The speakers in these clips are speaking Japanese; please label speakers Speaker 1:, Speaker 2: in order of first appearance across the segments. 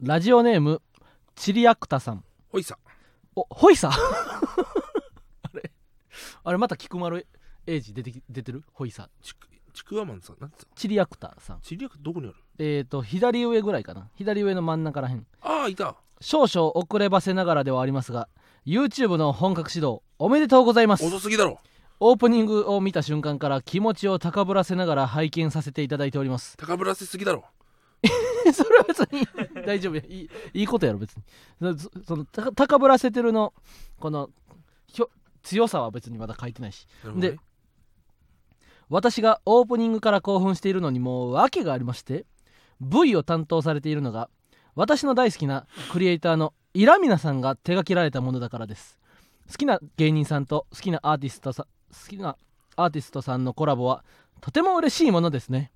Speaker 1: ラジオネームチリアクタさん
Speaker 2: ほいさ
Speaker 1: おほいさ あれあれまた菊丸英二出てき出てるほいさ
Speaker 2: ちくちくわマンさんなんてさ
Speaker 1: チリアクタさん
Speaker 2: 知り合いどこにある
Speaker 1: えっ、ー、と左上ぐらいかな左上の真ん中らへん
Speaker 2: ああいた
Speaker 1: 少々遅ればせながらではありますが YouTube の本格始動おめでとうございます
Speaker 2: 遅すぎだろ
Speaker 1: オープニングを見た瞬間から気持ちを高ぶらせながら拝見させていただいております
Speaker 2: 高ぶらせすぎだろ
Speaker 1: それは別に 大丈夫やいいいいことやろ別にそそのた高ぶらせてるのこのひょ強さは別にまだ書いてないし
Speaker 2: なるほどね
Speaker 1: で私がオープニングから興奮しているのにもう訳がありまして V を担当されているのが私の大好きなクリエイターのイラミナさんが手掛けられたものだからです好きな芸人さんと好きなアーティストさ好きなアーティストさんのコラボはとても嬉しいものですね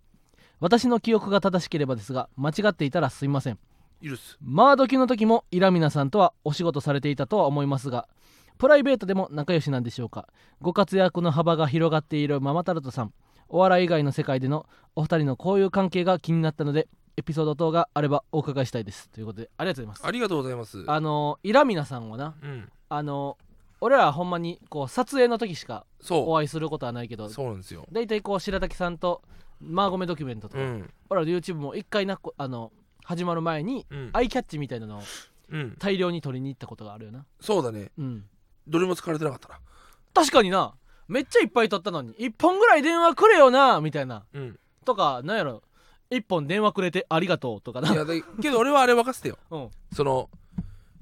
Speaker 1: 私の記憶が正しければですが間違っていたらすいません
Speaker 2: 許す
Speaker 1: マードキの時もイラミナさんとはお仕事されていたとは思いますがプライベートでも仲良しなんでしょうかご活躍の幅が広がっているママタルトさんお笑い以外の世界でのお二人の交友関係が気になったのでエピソード等があればお伺いしたいですということでありがとうございます
Speaker 2: ありがとうございます
Speaker 1: あのイラミナさんはな
Speaker 2: うん
Speaker 1: あの俺らはほんまにこう撮影の時しかお
Speaker 2: そ
Speaker 1: 会いすることはないけど
Speaker 2: うそうなんですよ
Speaker 1: 大体こう白滝さんとマーゴメドキュメントと
Speaker 2: う
Speaker 1: か、
Speaker 2: ん
Speaker 1: 俺らの YouTube も一回なこあの始まる前に
Speaker 2: うん
Speaker 1: アイキャッチみたいなのを
Speaker 2: うん
Speaker 1: 大量に取りに行ったことがあるよな
Speaker 2: そうだね
Speaker 1: うん
Speaker 2: どれも疲れてなかったな
Speaker 1: 確かになめっちゃいっぱい取ったのに1本ぐらい電話くれよなみたいな
Speaker 2: うん
Speaker 1: とかなんやろ1本電話くれてありがとうとか
Speaker 2: い
Speaker 1: な
Speaker 2: やだけど俺はあれ任せてよ
Speaker 1: うん
Speaker 2: その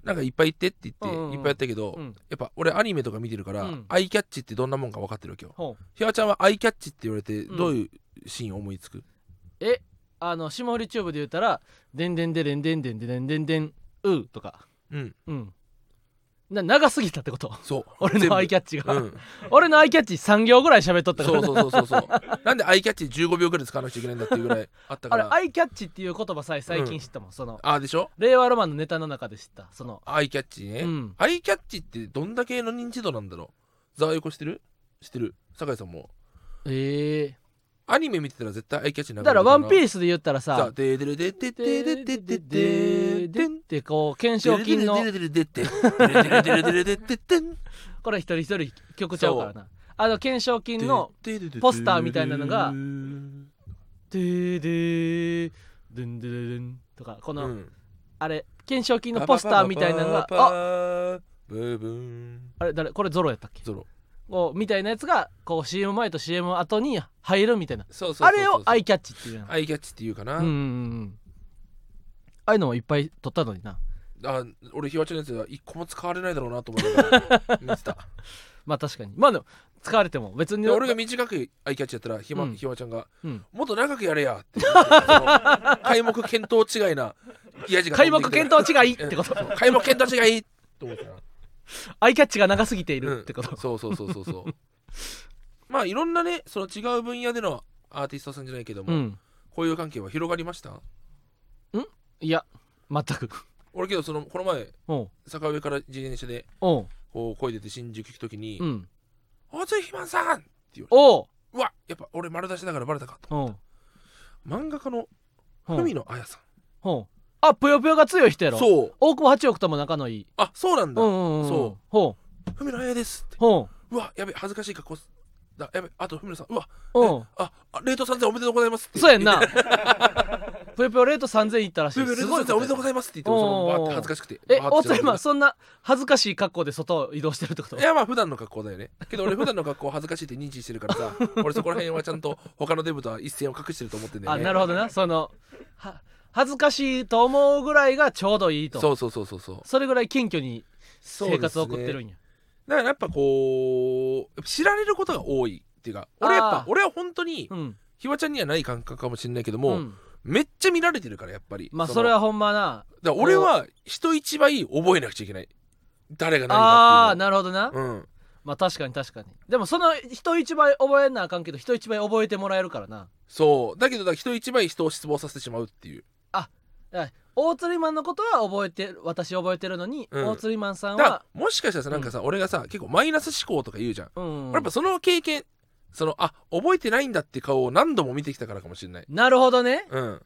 Speaker 2: なんかいっぱい言ってって言っ
Speaker 1: う
Speaker 2: て、
Speaker 1: んうんうん
Speaker 2: いっぱいやったけど、
Speaker 1: うん
Speaker 2: やっぱ俺アニメとか見てるから、
Speaker 1: うん
Speaker 2: アイキャッチってどんなもんか分かってるわけよ
Speaker 1: ほう
Speaker 2: ひわちゃんはアイキャッチって言われて
Speaker 1: うん
Speaker 2: どういうシーン思いつく、
Speaker 1: えあの霜降りチューブで言ったら「でんでんでれんでんでんでんでんでんうー」とか
Speaker 2: うん
Speaker 1: うんな長すぎたってこと
Speaker 2: そう
Speaker 1: 俺
Speaker 2: 全部
Speaker 1: のアイキャッチが、
Speaker 2: うん、
Speaker 1: 俺のアイキャッチ3行ぐらい喋っとったか
Speaker 2: そ
Speaker 1: ら
Speaker 2: うそうそうそうそうなんでアイキャッチ15秒ぐらい使わなくちゃいけないんだっていうぐらいあった
Speaker 1: あ
Speaker 2: か
Speaker 1: れ
Speaker 2: ら
Speaker 1: アイキャッチっていう言葉さえ最近知ったもん、その
Speaker 2: ああでしょ
Speaker 1: 令和ロマンのネタの中で知ったその
Speaker 2: アイキャッチね、
Speaker 1: うん
Speaker 2: アイキャッチってどんだけの認知度なんだろうざわよこしてるしてる酒井さんも
Speaker 1: ええ
Speaker 2: アニメ見てたら絶対アイキャッチな
Speaker 1: だから「ワンピ
Speaker 2: ス
Speaker 1: ースで言ったら
Speaker 2: さあ
Speaker 1: さ
Speaker 2: ででで
Speaker 1: 「で
Speaker 2: でで
Speaker 1: で
Speaker 2: で
Speaker 1: でで
Speaker 2: ででで
Speaker 1: で
Speaker 2: で
Speaker 1: で」
Speaker 2: ん
Speaker 1: ってこう懸賞金のこれ一人一人曲ちゃうからなあの懸賞金の「でででんでででん」とかこのあれ懸賞金のポスターみたいなのがあ
Speaker 2: あブブン
Speaker 1: あれ誰これゾロやったっけ
Speaker 2: ゾロ
Speaker 1: こうみたいなやつがこう CM 前と CM 後に入るみたいな
Speaker 2: そうそう
Speaker 1: あれをアイ
Speaker 2: イ
Speaker 1: キャッチっていうやん
Speaker 2: アイキャッチっていうか
Speaker 1: うんうん
Speaker 2: な
Speaker 1: うんああいうのもいっぱい撮ったのにな
Speaker 2: あ俺ひわちゃんのやつは一個も使われないだろうなと 思って見てた
Speaker 1: まあ確かにまあでも使われても別に
Speaker 2: で俺が短くアイキャッチやったらひま,、
Speaker 1: うん
Speaker 2: ひまちゃんが、
Speaker 1: うん
Speaker 2: もっと長くやれやって言ってその開幕見当違いなやじが
Speaker 1: 開
Speaker 2: 飛んでき
Speaker 1: 幕
Speaker 2: て
Speaker 1: 検討違いってこと
Speaker 2: そう開幕見当違いって思ったな、
Speaker 1: アイキャッチが長すぎてい
Speaker 2: うん
Speaker 1: るってこと、
Speaker 2: そうそうそうそうそう まあいろんなねその違う分野でのアーティストさんじゃないけども、
Speaker 1: うん
Speaker 2: こういう関係は広がりました
Speaker 1: いや全く
Speaker 2: 俺けどそのこの前
Speaker 1: おう
Speaker 2: 坂上から自転車で
Speaker 1: おう
Speaker 2: こう声出て新宿行く時に
Speaker 1: う
Speaker 2: 「
Speaker 1: ん
Speaker 2: 大津ひまんさん!」
Speaker 1: おう
Speaker 2: うわやっぱ俺丸出しだからバレたかと
Speaker 1: おう
Speaker 2: 漫画家の
Speaker 1: おう
Speaker 2: 文野綾さん
Speaker 1: おうあぷよぷよが強い人やろう
Speaker 2: そう
Speaker 1: 大久保八億とも仲のいい
Speaker 2: あそうなんだ
Speaker 1: うんうんうん
Speaker 2: そう
Speaker 1: ほう
Speaker 2: 文野綾ですって
Speaker 1: ほ
Speaker 2: うわやべ恥ずかしい格好すだやべあと文野さんうわ
Speaker 1: うおう
Speaker 2: ああ冷凍さんおめでとうございますって
Speaker 1: そうやん なぷよぷよレート3000いったらし
Speaker 2: す
Speaker 1: い
Speaker 2: ごい冷
Speaker 1: す
Speaker 2: 凍
Speaker 1: ご
Speaker 2: さ
Speaker 1: い
Speaker 2: んおめでとうござ
Speaker 1: い
Speaker 2: いますって言ってもその
Speaker 1: おー
Speaker 2: バーって恥ずかしくて
Speaker 1: え
Speaker 2: バー
Speaker 1: 大
Speaker 2: って
Speaker 1: 津今そんな恥ずかしい格好で外を移動してるってこと
Speaker 2: いやまあ普段の格好だよねけど俺普段の格好恥ずかしいって認知してるか らさ俺そこら辺はちゃんと他のデブとは一線を隠してると思ってんだよ
Speaker 1: あ
Speaker 2: ね
Speaker 1: なるほどなそのは恥ずかしいと思うぐらいがちょうどいいと
Speaker 2: そうそうそうそうそう
Speaker 1: それぐらい謙虚に
Speaker 2: そう
Speaker 1: 生
Speaker 2: です
Speaker 1: 活
Speaker 2: ね
Speaker 1: を送ってるんや
Speaker 2: だからやっぱこうやっぱ知られることが多いっていうか俺やっ
Speaker 1: あ
Speaker 2: ぱ
Speaker 1: ー
Speaker 2: 俺は本当に
Speaker 1: うん
Speaker 2: ひわちゃんにはない感覚かもしれないけども、
Speaker 1: ん、
Speaker 2: めっちゃ見られてるからやっぱり
Speaker 1: まあ
Speaker 2: の
Speaker 1: それはほんまな
Speaker 2: だから俺は人一倍覚えなくちゃいけない誰が何
Speaker 1: ああー
Speaker 2: だっ
Speaker 1: なるほどな、
Speaker 2: ていうのうん
Speaker 1: まあ確かに確かにでもその人一倍覚えなあかんけど人一倍覚えてもらえるからな
Speaker 2: そうだけどだから人一倍人を失望させてしまうっていう
Speaker 1: だから大釣りマンのことは覚えてる私覚えてるのに、
Speaker 2: うん
Speaker 1: 大釣りマンさ
Speaker 2: だ
Speaker 1: ん
Speaker 2: から
Speaker 1: は
Speaker 2: もしかしたらさなんかさ、俺がさ結構マイナス思考とか言うじゃん、
Speaker 1: うん
Speaker 2: 俺やっぱその経験そのあ覚えてないんだって顔を何度も見てきたからかもしれない
Speaker 1: なるほどね
Speaker 2: うん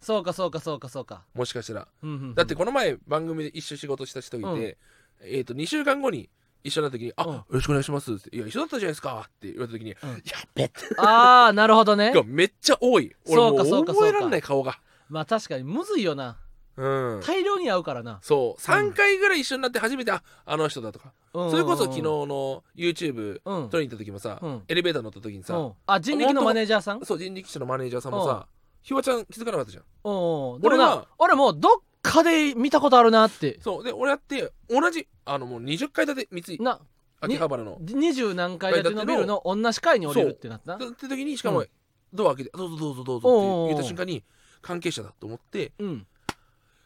Speaker 1: そうかそうかそうかそうか、
Speaker 2: もしかしたら
Speaker 1: うんうんうん
Speaker 2: だってこの前番組で一緒に仕事した人がいて、えっ、と2週間後に一緒になった時に「あ、
Speaker 1: うん
Speaker 2: よろしくお願いします」って「いや一緒だったじゃないですか」って言われた時に「
Speaker 1: ん
Speaker 2: やっべ」って
Speaker 1: ああなるほどね
Speaker 2: がめっちゃ 多い俺
Speaker 1: そうか
Speaker 2: も
Speaker 1: そう
Speaker 2: う
Speaker 1: かそうか
Speaker 2: 覚えらんない顔が
Speaker 1: まあ確かにむずいよな
Speaker 2: うん
Speaker 1: 大量に合うからな、
Speaker 2: そう3回ぐらい一緒になって初めて「ああの人だ」とか、
Speaker 1: うんうんうん
Speaker 2: それこそ昨日の YouTube
Speaker 1: うん
Speaker 2: 撮りに行った時もさ、
Speaker 1: うん
Speaker 2: エレベーター乗った時にさ、
Speaker 1: うんあ人力のマネージャーさん
Speaker 2: そう人力車のマネージャーさんもさ、ひわちゃん気づかなかったじゃん
Speaker 1: おうおうでも
Speaker 2: 俺
Speaker 1: な
Speaker 2: は
Speaker 1: 俺もどっかで見たことあるなって
Speaker 2: そうで俺やって同じあのもう20階建て三井
Speaker 1: な
Speaker 2: 秋葉原の
Speaker 1: 二十何階建てのビルの同じ階に降りるってなったな
Speaker 2: だって時にしかも、
Speaker 1: うん
Speaker 2: ドア開けて「どうぞどうぞどう
Speaker 1: おうおう
Speaker 2: ぞ」って言った瞬間に関係者だと思って
Speaker 1: うん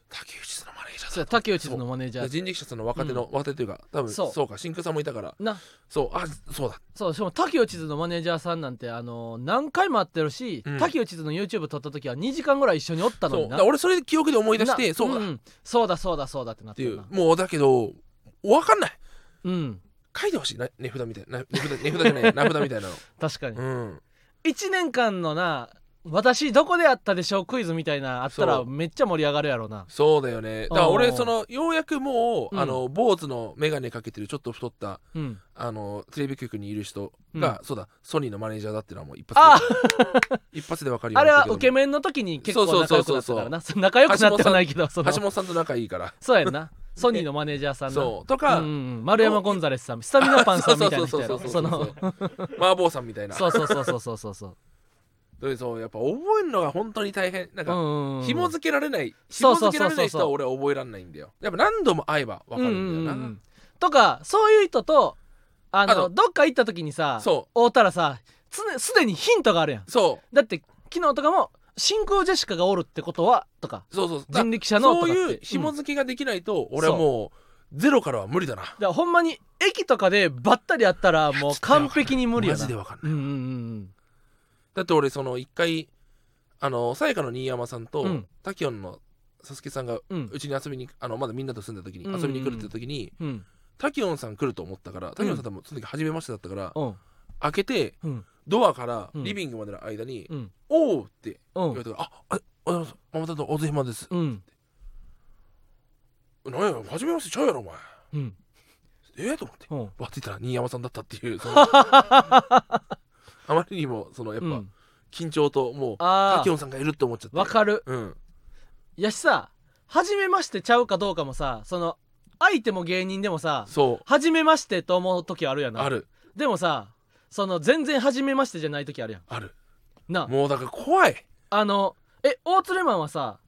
Speaker 2: 竹内さんのマネージャー
Speaker 1: そ
Speaker 2: さ
Speaker 1: うんや竹内のマネージャー
Speaker 2: 人力車さんの若手の、若手というか多分
Speaker 1: そ
Speaker 2: そううか真空さんもいたから
Speaker 1: な
Speaker 2: そうあそうだ
Speaker 1: そうしかも竹内図のマネージャーさんなんてあの何回も会ってるし、
Speaker 2: うん
Speaker 1: 竹内図の YouTube 撮った時は2時間ぐらい一緒におったの
Speaker 2: そう
Speaker 1: に
Speaker 2: だ
Speaker 1: な
Speaker 2: から俺それで記憶で思い出して
Speaker 1: な
Speaker 2: そうだ、
Speaker 1: う
Speaker 2: っ
Speaker 1: んそうだそうだそうだってなってて
Speaker 2: い
Speaker 1: る
Speaker 2: う
Speaker 1: な
Speaker 2: もうだけど分かんない
Speaker 1: うん
Speaker 2: 書いてほしいな値札みたいな値札値札じゃない 名札みたいなの
Speaker 1: 確かに、
Speaker 2: うん
Speaker 1: 1年間のな私どこであったでしょうクイズみたいなあったら
Speaker 2: そう
Speaker 1: めっちゃ盛り上がるやろうな
Speaker 2: そうだよねだから
Speaker 1: おう
Speaker 2: 俺
Speaker 1: おう
Speaker 2: そのようやくもう、
Speaker 1: うん
Speaker 2: あの坊主の眼鏡かけてるちょっと太った
Speaker 1: うん
Speaker 2: あのテレビ局にいる人が、そうだソニーのマネージャーだっていうのはもう一
Speaker 1: あ
Speaker 2: 発で 一発でわかるよ
Speaker 1: あ
Speaker 2: うに
Speaker 1: れ
Speaker 2: な
Speaker 1: は
Speaker 2: ったけど
Speaker 1: 受け面の時に結構仲良くなったからな仲良くなってはないけどその
Speaker 2: 橋本さんと仲いいから
Speaker 1: そうやんなソニーのマネージャーさんな
Speaker 2: そう
Speaker 1: う
Speaker 2: と
Speaker 1: ん
Speaker 2: か、
Speaker 1: うん、丸山ゴンザレスさんスタミナパンさんみたいな人やろ
Speaker 2: そう
Speaker 1: そ
Speaker 2: そうそうそう
Speaker 1: の
Speaker 2: そう麻婆さんみたいな
Speaker 1: そうそうそうそうそうそうそう
Speaker 2: でそうやっぱ覚えるのが本当に大変 なん
Speaker 1: う
Speaker 2: か、
Speaker 1: んうんうん
Speaker 2: 紐付けられない
Speaker 1: そうそうそ
Speaker 2: 紐
Speaker 1: うそう
Speaker 2: 付けられない人は俺は覚えられないんだよやっぱ何度も会えばわかるんだよな、
Speaker 1: うううとかそういう人とあの
Speaker 2: あと
Speaker 1: どっか行った時にさ
Speaker 2: そ
Speaker 1: 会うたらさ常すでにヒントがあるやん
Speaker 2: そ
Speaker 1: だって昨日とかも真空ジェシカがおるってことはとか
Speaker 2: うそうそうだ
Speaker 1: 人力車のとか
Speaker 2: そう
Speaker 1: って
Speaker 2: いう紐
Speaker 1: んだか
Speaker 2: 付けができないと、俺はもうゼロからは無理だな
Speaker 1: らほんまに駅とかでばったり会ったらもう完璧に無理や
Speaker 2: マ
Speaker 1: な
Speaker 2: ジでわかんない、
Speaker 1: うんうんうん
Speaker 2: だって俺その一回あのさやかの新山さんと、
Speaker 1: うん
Speaker 2: タキオンの佐助さん
Speaker 1: う
Speaker 2: が
Speaker 1: んうん
Speaker 2: うちに遊びにあのまだみんなと住んだ時に
Speaker 1: うんうん
Speaker 2: 遊びに来るって時に、
Speaker 1: うん
Speaker 2: タキオンさん来ると思ったからタキオンさん多分その時初めましてだったから、
Speaker 1: うん
Speaker 2: 開けて
Speaker 1: うん
Speaker 2: ドアから
Speaker 1: うん
Speaker 2: リビングまでの間に「
Speaker 1: うん
Speaker 2: おう!」って
Speaker 1: う
Speaker 2: 言
Speaker 1: ん
Speaker 2: われたから「ああおはようございますママタと大津暇です」
Speaker 1: うん
Speaker 2: 何や初めましてちゃうやろお前
Speaker 1: うん
Speaker 2: ええと思って
Speaker 1: うん
Speaker 2: わって言ったら新山さんだったってい うそのあまりにもそのやっ
Speaker 1: う
Speaker 2: ぱ
Speaker 1: ん
Speaker 2: 緊張ともう
Speaker 1: あー
Speaker 2: タキオンさんがいるって思っちゃって
Speaker 1: わかる
Speaker 2: うん
Speaker 1: いやしさ初めましてちゃうかどうかもさその相手も芸人でもさ
Speaker 2: そう
Speaker 1: 初めましてと思う時あるやな
Speaker 2: ある
Speaker 1: でもさその全然初めましてじゃない時あるやん
Speaker 2: ある
Speaker 1: な
Speaker 2: もうだから怖い
Speaker 1: あのえ大鶴マンはさ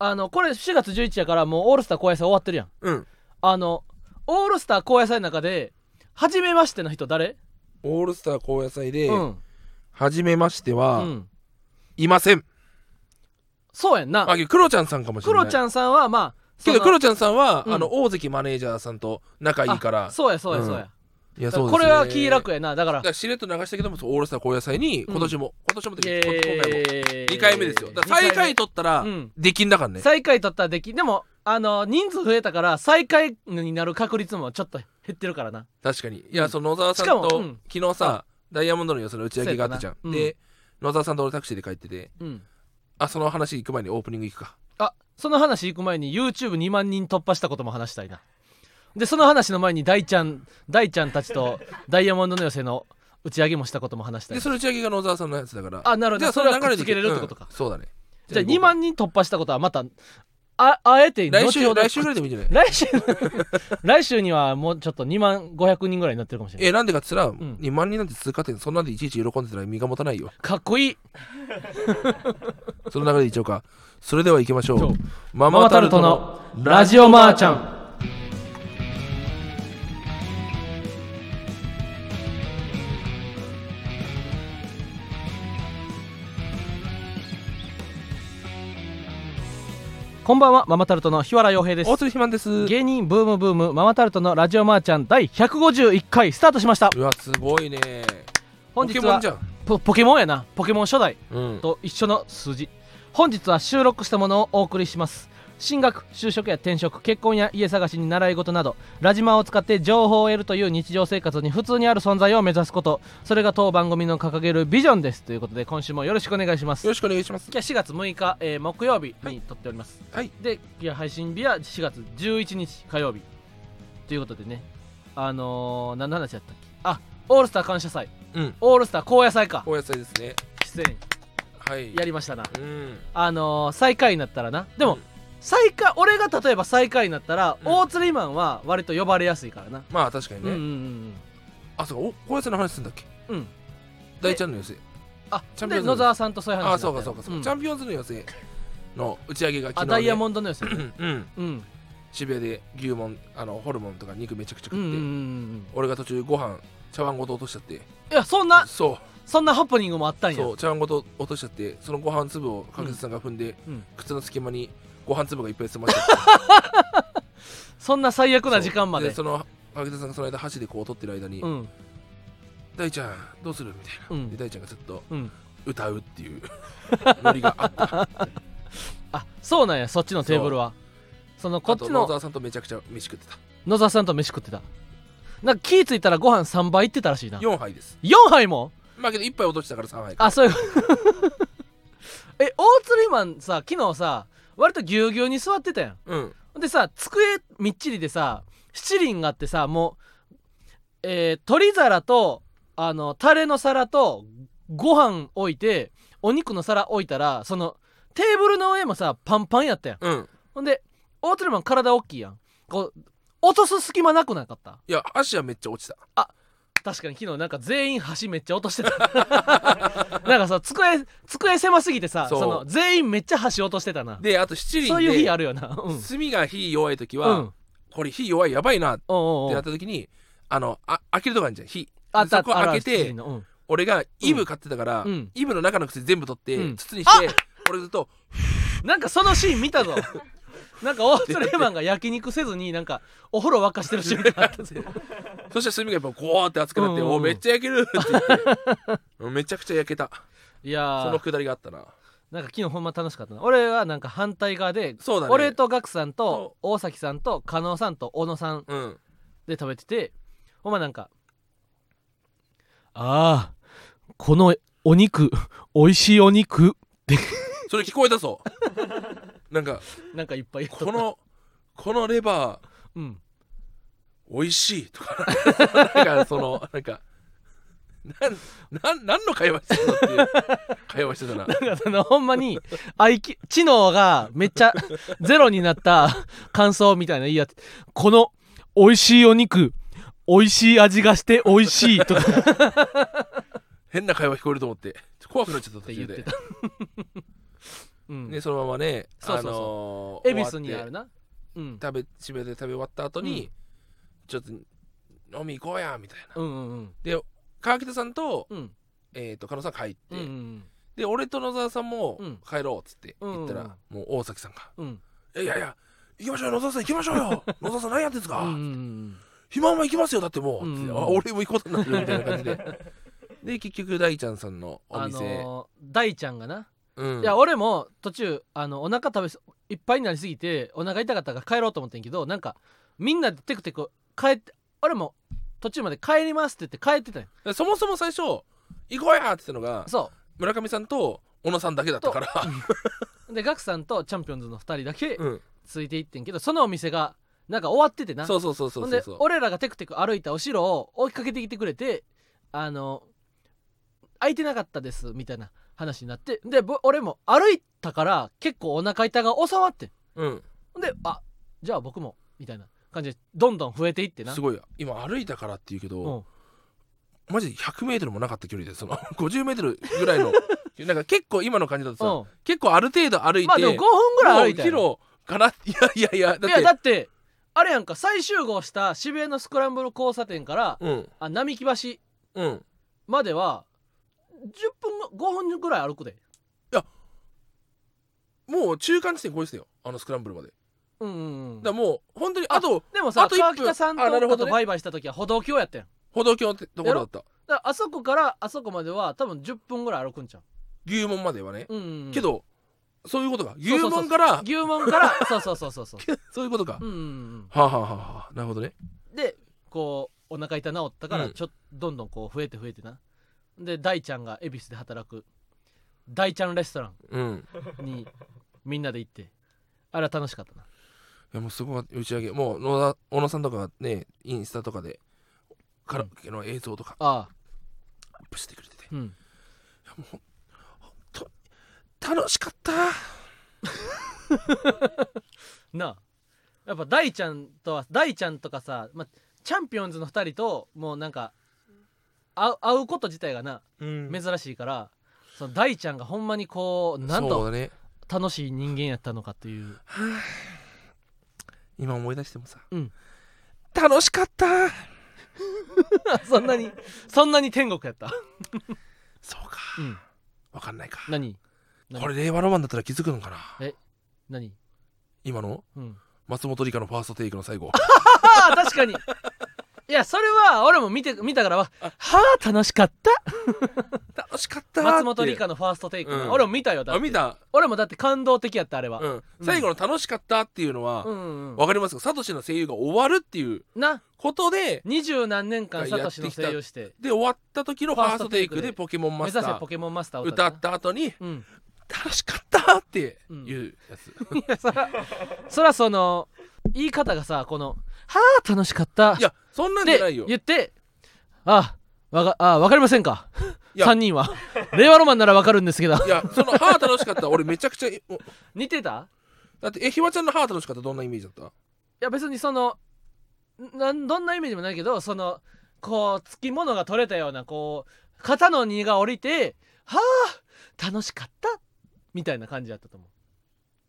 Speaker 1: あのこれ4月11やからもうオールスター高野祭終わってるやん
Speaker 2: うん
Speaker 1: あのオールスター高野祭の中で初めましての人誰、
Speaker 2: オールスター高野祭で
Speaker 1: うん、
Speaker 2: 初めまして
Speaker 1: う
Speaker 2: は
Speaker 1: ん、
Speaker 2: いません
Speaker 1: そうやんな
Speaker 2: あクロちゃんさんかもし
Speaker 1: ク
Speaker 2: れな
Speaker 1: ロ
Speaker 2: い
Speaker 1: ちゃんさんはまあ
Speaker 2: けど
Speaker 1: その
Speaker 2: クロちゃんさんは
Speaker 1: うん
Speaker 2: あの大関マネージャーさんと仲いいから
Speaker 1: あそうやそうやそうや、
Speaker 2: いや
Speaker 1: だか
Speaker 2: そう
Speaker 1: ら
Speaker 2: です
Speaker 1: こ
Speaker 2: ね
Speaker 1: れは気楽やなだか
Speaker 2: だ
Speaker 1: ら
Speaker 2: からしれっと流したけどもそうオールスター高野祭に今年も、今年もというか今今回も2
Speaker 1: 2
Speaker 2: 回目ですよだから最下位取ったら
Speaker 1: うん
Speaker 2: できんだからね、
Speaker 1: 最下位取ったらできでもあの人数増えたから最下位になる確率もちょっと減ってるからな
Speaker 2: 確かにいやその野沢さん
Speaker 1: しか
Speaker 2: と、
Speaker 1: もうん
Speaker 2: 昨日さダイヤモンドの予選の打ち上げがあったじゃん、
Speaker 1: そうやったな
Speaker 2: で野沢さんと俺タクシーで帰ってて
Speaker 1: うん
Speaker 2: あその話行く前にオープニング行くか
Speaker 1: あその話行く前に YouTube2 万人突破したことも話したいなでその話の前に大ちゃん大ちゃんたちとダイヤモンドの寄せの打ち上げもしたことも話したい
Speaker 2: でその打ち上げが野沢さんのやつだから
Speaker 1: あなるほど
Speaker 2: じゃあ
Speaker 1: そ
Speaker 2: そ
Speaker 1: れは
Speaker 2: れ
Speaker 1: く
Speaker 2: 流
Speaker 1: っ
Speaker 2: れ
Speaker 1: つ
Speaker 2: で
Speaker 1: けれるってことか
Speaker 2: そうだね
Speaker 1: じゃあ
Speaker 2: 行こう
Speaker 1: 2万人突破したことはまたああえて
Speaker 2: 来週
Speaker 1: 後ほど
Speaker 2: 来週ぐらいでもいいんじゃない
Speaker 1: 来週 来週にはもうちょっと2万500人ぐらいになってるかもしれない
Speaker 2: えなんでかっつったら、
Speaker 1: ん
Speaker 2: 2万人なんて通過点そんなんでいちいち喜んでたら身が持たないよ
Speaker 1: かっこいい
Speaker 2: その流れでいっちゃおうかそれでは行きましょう
Speaker 1: そう
Speaker 2: マ
Speaker 1: ママタルトのラジオマーちゃんこんばんはママタルトの日原洋平です
Speaker 2: 大鶴ひまんです
Speaker 1: 芸人ブームブームママタルトのラジオマーちゃん第151回スタートしました
Speaker 2: うわすごいね
Speaker 1: 本日
Speaker 2: ポケモン
Speaker 1: は
Speaker 2: じゃん、
Speaker 1: ポポケモンやなポケモン初代
Speaker 2: うん、
Speaker 1: と一緒の数字本日は収録したものをお送りします進学就職や転職結婚や家探しに習い事などラジマを使って情報を得るという日常生活に普通にある存在を目指すことそれが当番組の掲げるビジョンですということで今週もよろしくお願いします
Speaker 2: よろしくお願いします。
Speaker 1: 今日4月6日、えー木曜日に撮っております、
Speaker 2: はい。
Speaker 1: でいや配信日は4月11日火曜日ということでねあのー、何の話やったっけあオールスター感謝祭
Speaker 2: うん。
Speaker 1: オールスター高野祭か
Speaker 2: お野菜ですね。
Speaker 1: 出演
Speaker 2: はい。
Speaker 1: やりましたな
Speaker 2: うん。
Speaker 1: あのー、最下位になったらなでも、
Speaker 2: うん
Speaker 1: 最下俺が例えば最下位になったら、
Speaker 2: うん
Speaker 1: 大釣りマンは割と呼ばれやすいからな、
Speaker 2: まあ確かに
Speaker 1: うんうん
Speaker 2: ね。あ、そうか。おお野菜の話するんだっけ
Speaker 1: うんうん
Speaker 2: 大ちゃんの寄せ。
Speaker 1: あ
Speaker 2: チャンピオ
Speaker 1: で
Speaker 2: ンズの
Speaker 1: 野沢さんとそういう話にな
Speaker 2: あ、
Speaker 1: った
Speaker 2: そ
Speaker 1: よ
Speaker 2: うかそうかそうか。
Speaker 1: ん
Speaker 2: チャンピオンズの寄せの打ち上げが昨
Speaker 1: あ
Speaker 2: 日で。
Speaker 1: ダイヤモンドのよね
Speaker 2: うんうん。
Speaker 1: うん
Speaker 2: 渋谷で牛もん、あの、ホルモンとか肉めちゃくちゃ
Speaker 1: うんう
Speaker 2: 食
Speaker 1: んうんう
Speaker 2: って。
Speaker 1: ん
Speaker 2: 俺が途中ご飯、茶碗ごと落としちゃって。
Speaker 1: いやそんな
Speaker 2: そう。
Speaker 1: そんなハプニングもあったんや
Speaker 2: そう茶碗ごと落としちゃってそのご飯粒を角田さんが踏んで、
Speaker 1: うん
Speaker 2: 靴の隙間にご飯粒がいっぱい詰まっちゃっ
Speaker 1: そんな最悪
Speaker 2: た
Speaker 1: な時間まで
Speaker 2: その角田さんがその間箸でこう取ってる間に「
Speaker 1: うん
Speaker 2: 大ちゃんどうする?」みたいな、
Speaker 1: うん
Speaker 2: で大ちゃんがずっと
Speaker 1: うん
Speaker 2: 歌うっていうノリがあった
Speaker 1: あそうなんやそっちのテーブルはそ のこっ
Speaker 2: あ
Speaker 1: ち
Speaker 2: と野
Speaker 1: の
Speaker 2: 沢さんとめちゃくちゃ飯食ってた
Speaker 1: 野沢さんと飯食ってたなんか気ぃついたらご飯3杯いってたらしいな
Speaker 2: 4杯です
Speaker 1: 4杯も
Speaker 2: まあけど1杯落としたから3杯か
Speaker 1: あそういう え大釣りマンさ昨日さ割とぎゅうぎゅうに座ってたやん
Speaker 2: うん
Speaker 1: ほんでさ机みっちりでさ七輪があってさもうえー、鶏皿とあのタレの皿とご飯置いてお肉の皿置いたらそのテーブルの上もさパンパンやったやん
Speaker 2: うん
Speaker 1: ほんで大鳥マン体大きいやんこう落とす隙間なくなかった
Speaker 2: いや箸はめっちゃ落ちた
Speaker 1: 確かに昨日なんか全員箸めっちゃ落としてた なんかさ机机狭すぎてさ
Speaker 2: そ
Speaker 1: そうの全員めっちゃ箸落としてたな
Speaker 2: であと七輪で
Speaker 1: そういう日あるよなうん、うん、
Speaker 2: 炭が火弱い時
Speaker 1: う
Speaker 2: は、
Speaker 1: ん
Speaker 2: これ火弱いやばいなって
Speaker 1: おうおう
Speaker 2: なった時にあのあ開けるとこあるじゃん火
Speaker 1: あった
Speaker 2: そこ
Speaker 1: あるあ
Speaker 2: 開
Speaker 1: る
Speaker 2: けて
Speaker 1: 七輪のうん
Speaker 2: 俺がイブ買ってたから、
Speaker 1: うん
Speaker 2: イブの中の薬全部取って、
Speaker 1: うん
Speaker 2: 筒にして俺ずっと
Speaker 1: なんかそのシーン見た ぞなんかオートレーマンが焼肉せずになんかお風呂沸かしてるシーンがあったぜ
Speaker 2: そしたら炭がやっぱゴーって熱くなって「
Speaker 1: うんうんうん
Speaker 2: おめっちゃ焼ける」って言ってめちゃくちゃ焼けた
Speaker 1: いや
Speaker 2: そ
Speaker 1: ー
Speaker 2: のくだりがあったな
Speaker 1: なんか昨日ほんま楽しかったな俺はなんか反対側で、
Speaker 2: そうだね
Speaker 1: 俺とガクさんと
Speaker 2: そ
Speaker 1: 大崎さんと加納さんと小野さん
Speaker 2: うん
Speaker 1: で食べててほんまなんかああこのお肉 美味しいお肉
Speaker 2: それ聞こえたぞなんか
Speaker 1: なんかいっぱい言っと
Speaker 2: このこのレバー
Speaker 1: うん
Speaker 2: 美味しいとかなんかそのなんかなんなん何の会話してたのっていう会話してたな
Speaker 1: なんかそのほんまに IQ 知能がめっちゃ ゼロになった 感想みたいな言いやつこの美味しいお肉美味しい味がして美味しいとかっ
Speaker 2: 変な会話聞こえると思って怖くなっちゃった途
Speaker 1: て言
Speaker 2: 中
Speaker 1: って
Speaker 2: で
Speaker 1: た、 うん
Speaker 2: でそのままね
Speaker 1: そうそうそう
Speaker 2: そ
Speaker 1: 恵比寿にあるなうん
Speaker 2: 食べ渋谷で食べ終わった後に、ちょっと飲み行こうやみたいな、
Speaker 1: うんうんうん
Speaker 2: で川北さんと,、
Speaker 1: うん
Speaker 2: えー、と加納さん帰って、
Speaker 1: うんうん
Speaker 2: で俺と野沢さんも
Speaker 1: うん
Speaker 2: 帰ろうっつって言ったら、
Speaker 1: うん
Speaker 2: もう大崎さんが
Speaker 1: うん
Speaker 2: 「いやいやいや行きましょうよ野沢さん行きましょう よ野沢さん何やってんすか
Speaker 1: うんうんうん
Speaker 2: 暇も行きますよだってもう」
Speaker 1: うん
Speaker 2: つってあ俺も行くことになってる」みたいな感じ でで結局大ちゃんさんのお
Speaker 1: あ
Speaker 2: 店、
Speaker 1: のー大ちゃんがな
Speaker 2: うん、
Speaker 1: いや俺も途中あのお腹食べすいっぱいになりすぎてお腹痛かったから帰ろうと思ってんけどなんかみんなでテクテク帰って俺も途中まで帰りますって言って帰ってたんよ
Speaker 2: そもそも最初「行こうや!」って言ったのが
Speaker 1: そ
Speaker 2: 村上さんと小野さんだけだったから、
Speaker 1: うでガクさんとチャンピオンズの2人だけ
Speaker 2: うん、
Speaker 1: ついていってんけどそのお店がなんか終わっててな
Speaker 2: そうそうそうそ
Speaker 1: ほ
Speaker 2: うんそう
Speaker 1: で
Speaker 2: そう
Speaker 1: 俺らがテクテク歩いたお城を追いかけてきてくれてあの空いてなかったですみたいな話になってでぼ俺も歩いたから結構お腹痛が収まってん
Speaker 2: うん
Speaker 1: ほんであじゃあ僕もみたいな感じでどんどん増えていってな
Speaker 2: すごい今歩いたからっていうけ
Speaker 1: うん
Speaker 2: ど、マジで 100m もなかった距離でその 50m ぐらいの なんか結構今の感じだとさ、
Speaker 1: うん
Speaker 2: 結構ある程度歩いて、
Speaker 1: まあでも5分ぐらい歩いた
Speaker 2: もう
Speaker 1: よ
Speaker 2: キロかない やいやいやだ
Speaker 1: い
Speaker 2: っ
Speaker 1: や
Speaker 2: て
Speaker 1: だってあれやんか再集合した渋谷のスクランブル交差点から
Speaker 2: うん
Speaker 1: あ並木橋
Speaker 2: うん
Speaker 1: までは10分5分ぐらい歩くで
Speaker 2: もう中間地点こうですよあのスクランブルまで
Speaker 1: うんうんうん
Speaker 2: だからもう本当にあと
Speaker 1: でもさ
Speaker 2: あと一
Speaker 1: 川
Speaker 2: 分
Speaker 1: 北さんと
Speaker 2: あなる
Speaker 1: か
Speaker 2: ほど
Speaker 1: と
Speaker 2: ね
Speaker 1: バイバイした時は歩道橋やったやん
Speaker 2: 歩道橋のところだった
Speaker 1: だからあそこからあそこまでは多分10分ぐらい歩くんちゃ
Speaker 2: 牛門まではね、
Speaker 1: ううんうんうん
Speaker 2: けどそういうことか
Speaker 1: そう
Speaker 2: 牛
Speaker 1: そうそう
Speaker 2: 門から
Speaker 1: 牛門からそうそうそうそうそう
Speaker 2: そういうことか、
Speaker 1: うんうんうん
Speaker 2: はあ、はあはあはあ、なるほどね
Speaker 1: でこうお腹痛治ったから
Speaker 2: うん
Speaker 1: ちょっとどんどんこう増えて増えてなで大ちゃんが恵比寿で働く大ちゃんレストラ
Speaker 2: うん
Speaker 1: ンにみんなで行ってあれは楽しかったない
Speaker 2: やもうすごい打ち上げもう野田小野さんとかがねインスタとかでカラオケの映像とか
Speaker 1: ああ
Speaker 2: アップしてくれてて、い
Speaker 1: うん
Speaker 2: やもうほんほんと楽しかった
Speaker 1: なあやっぱ大ちゃんとは大ちゃんとかさ、ま、チャンピオンズの2人ともうなんか会う会うこと自体がな
Speaker 2: うん
Speaker 1: 珍しいから、その大ちゃんがほんまにこうなん
Speaker 2: そう
Speaker 1: と
Speaker 2: だね
Speaker 1: 楽しい人間やったのかという
Speaker 2: 今思い出してもさ、
Speaker 1: うん
Speaker 2: 楽しかった
Speaker 1: そんなにそんなに天国やった、
Speaker 2: そうか
Speaker 1: うん、
Speaker 2: わかんないか
Speaker 1: 何何
Speaker 2: これ令和ロマンだったら気づくのかな
Speaker 1: 何
Speaker 2: 今の
Speaker 1: うん
Speaker 2: 松本里香のファーストテイクの最 後
Speaker 1: ああ確かにいやそれは俺も見て見たからははあ楽しかった
Speaker 2: 楽しかった
Speaker 1: 松本里
Speaker 2: 香
Speaker 1: 香のファーストテイク、
Speaker 2: うん
Speaker 1: 俺も見たよだっ
Speaker 2: あ
Speaker 1: て
Speaker 2: 見た、
Speaker 1: 俺もだって感動的やったあれは、
Speaker 2: うん、最後の楽しかったっていうのは、
Speaker 1: うんうん
Speaker 2: わかりますかサトシの声優が終わるっていう
Speaker 1: な
Speaker 2: ことで
Speaker 1: 二十何年間サトシの声優して
Speaker 2: で終わった時のフ
Speaker 1: ファー
Speaker 2: ァー
Speaker 1: ス
Speaker 2: ス
Speaker 1: ト
Speaker 2: ト
Speaker 1: テ
Speaker 2: テ
Speaker 1: イ
Speaker 2: イ
Speaker 1: クで
Speaker 2: クで「ポケモン
Speaker 1: 目
Speaker 2: マス
Speaker 1: 指せ
Speaker 2: タ
Speaker 1: ポ
Speaker 2: ー
Speaker 1: ケモンマスター」を」
Speaker 2: 歌
Speaker 1: な
Speaker 2: った後に
Speaker 1: うん
Speaker 2: 「楽しかった!」って
Speaker 1: うん
Speaker 2: いうやつ、
Speaker 1: いやそらそらその言い方がさこの「はあ楽しかった」
Speaker 2: いやそんなんじゃない
Speaker 1: で
Speaker 2: よ
Speaker 1: 言って「ああわがあわかりませんか
Speaker 2: いや
Speaker 1: 3人は令和ロマンならわかるんですけど
Speaker 2: いやその「歯楽しかった」俺めちゃくちゃもう
Speaker 1: 似てた
Speaker 2: だってえひわちゃんの歯楽しかったどんなイメージだった
Speaker 1: いや別にそのなんどんなイメージもないけどそのこうつきものが取れたようなこう肩の荷が下りて「はあ楽しかった」みたいな感じだったと思う。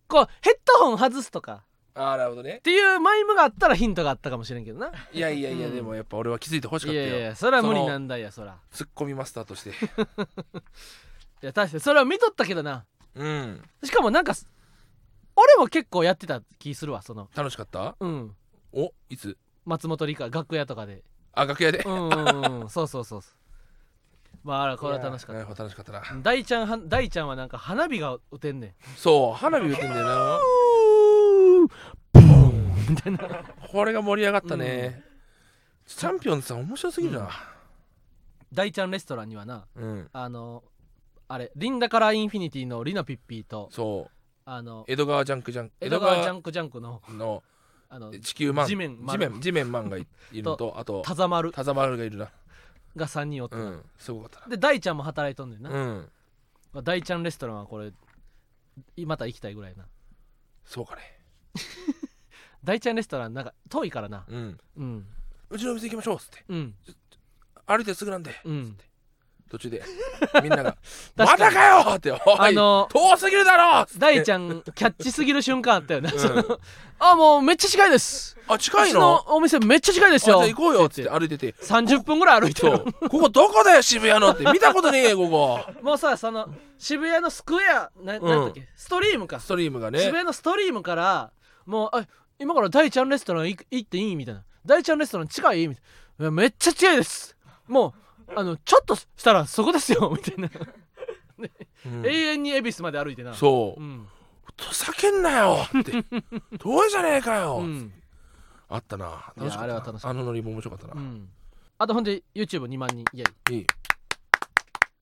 Speaker 1: こうヘッドホン外すとか
Speaker 2: ああなるほどね
Speaker 1: っていうマイムがあったらヒントがあったかもしれんけどない
Speaker 2: やいやいや、
Speaker 1: うん
Speaker 2: でもやっぱ俺は気づいてほしか
Speaker 1: い
Speaker 2: ったよ
Speaker 1: やいやそれは無理なんだよそら
Speaker 2: ツッコミマスターとして
Speaker 1: いや確かにそれは見とったけどな
Speaker 2: うん
Speaker 1: しかもなんかす俺も結構やってた気するわその
Speaker 2: 楽しかった
Speaker 1: うん
Speaker 2: おいつ
Speaker 1: 松本里香楽屋とかで
Speaker 2: あ楽屋で
Speaker 1: うんうんうんうんそうそうそうそうまああらこれは楽しか
Speaker 2: い
Speaker 1: っ
Speaker 2: やなるほど楽しかったな
Speaker 1: た大ちゃんは大ちゃんはなんか花火が打てんねん
Speaker 2: そう花火打ってんだよな
Speaker 1: みたいな
Speaker 2: これが盛り上がったね、チャンピオンズさん面白すぎるな
Speaker 1: 大ちゃんレストランにはな
Speaker 2: うん、
Speaker 1: あのあれリンダカラーインフィニティのリナピッピーと
Speaker 2: そう
Speaker 1: あの
Speaker 2: 江戸川ジャンクジャン
Speaker 1: 江戸川ジャンクジャンクの
Speaker 2: 江戸川の
Speaker 1: あの
Speaker 2: 地球マン
Speaker 1: 地面マ
Speaker 2: 地
Speaker 1: ン
Speaker 2: 面地面 マンがいいるのとあと
Speaker 1: 田ざまる
Speaker 2: 田沢丸がいるな
Speaker 1: が3人おって
Speaker 2: う
Speaker 1: な、
Speaker 2: んすごかった
Speaker 1: で大ちゃんも働いとんねんな、
Speaker 2: なうん
Speaker 1: まあ大ちゃんレストランはこれいまた行きたいぐらいな
Speaker 2: そうかね
Speaker 1: 大ちゃんレストランなんか遠いからな
Speaker 2: うん
Speaker 1: うん
Speaker 2: うちのお店行きましょうっつって
Speaker 1: うん
Speaker 2: 歩いてすぐなんで
Speaker 1: うん
Speaker 2: 途中でみんな が「
Speaker 1: かに
Speaker 2: またかよ!」って「おい
Speaker 1: あの
Speaker 2: 遠すぎるだろ!」っつって
Speaker 1: 大ちゃんキャッチすぎる瞬間あったよね、そのあもうめっちゃ近いです
Speaker 2: あ近い
Speaker 1: ち
Speaker 2: うのあ
Speaker 1: お店めっちゃ近いです
Speaker 2: じゃ
Speaker 1: よ
Speaker 2: あ行こうよっつって歩いてて
Speaker 1: 30分ぐらい歩いて
Speaker 2: そ
Speaker 1: る
Speaker 2: うここどこだよ渋谷のって見たことねえよここ
Speaker 1: もうさその渋谷のスクエアななんだっけ、ストリームか
Speaker 2: ストリームが
Speaker 1: 渋
Speaker 2: ね
Speaker 1: 谷のストリームからもうあ今から大ちゃんレストラン行く行っていいみたいな大ちゃんレストラン近いみたいないやめっちゃ近いですもうあのちょっとしたらそこですよ みたいな、
Speaker 2: うん
Speaker 1: 永遠に恵比寿まで歩いてな
Speaker 2: そう
Speaker 1: う、ん、
Speaker 2: ふざけんなよって遠いじゃねえかよ、
Speaker 1: うん
Speaker 2: あったない
Speaker 1: や
Speaker 2: 楽しかった
Speaker 1: あれは楽しかった
Speaker 2: あのノリも面白かったな、
Speaker 1: うん、あとほんで YouTube2 万人イエイ
Speaker 2: いい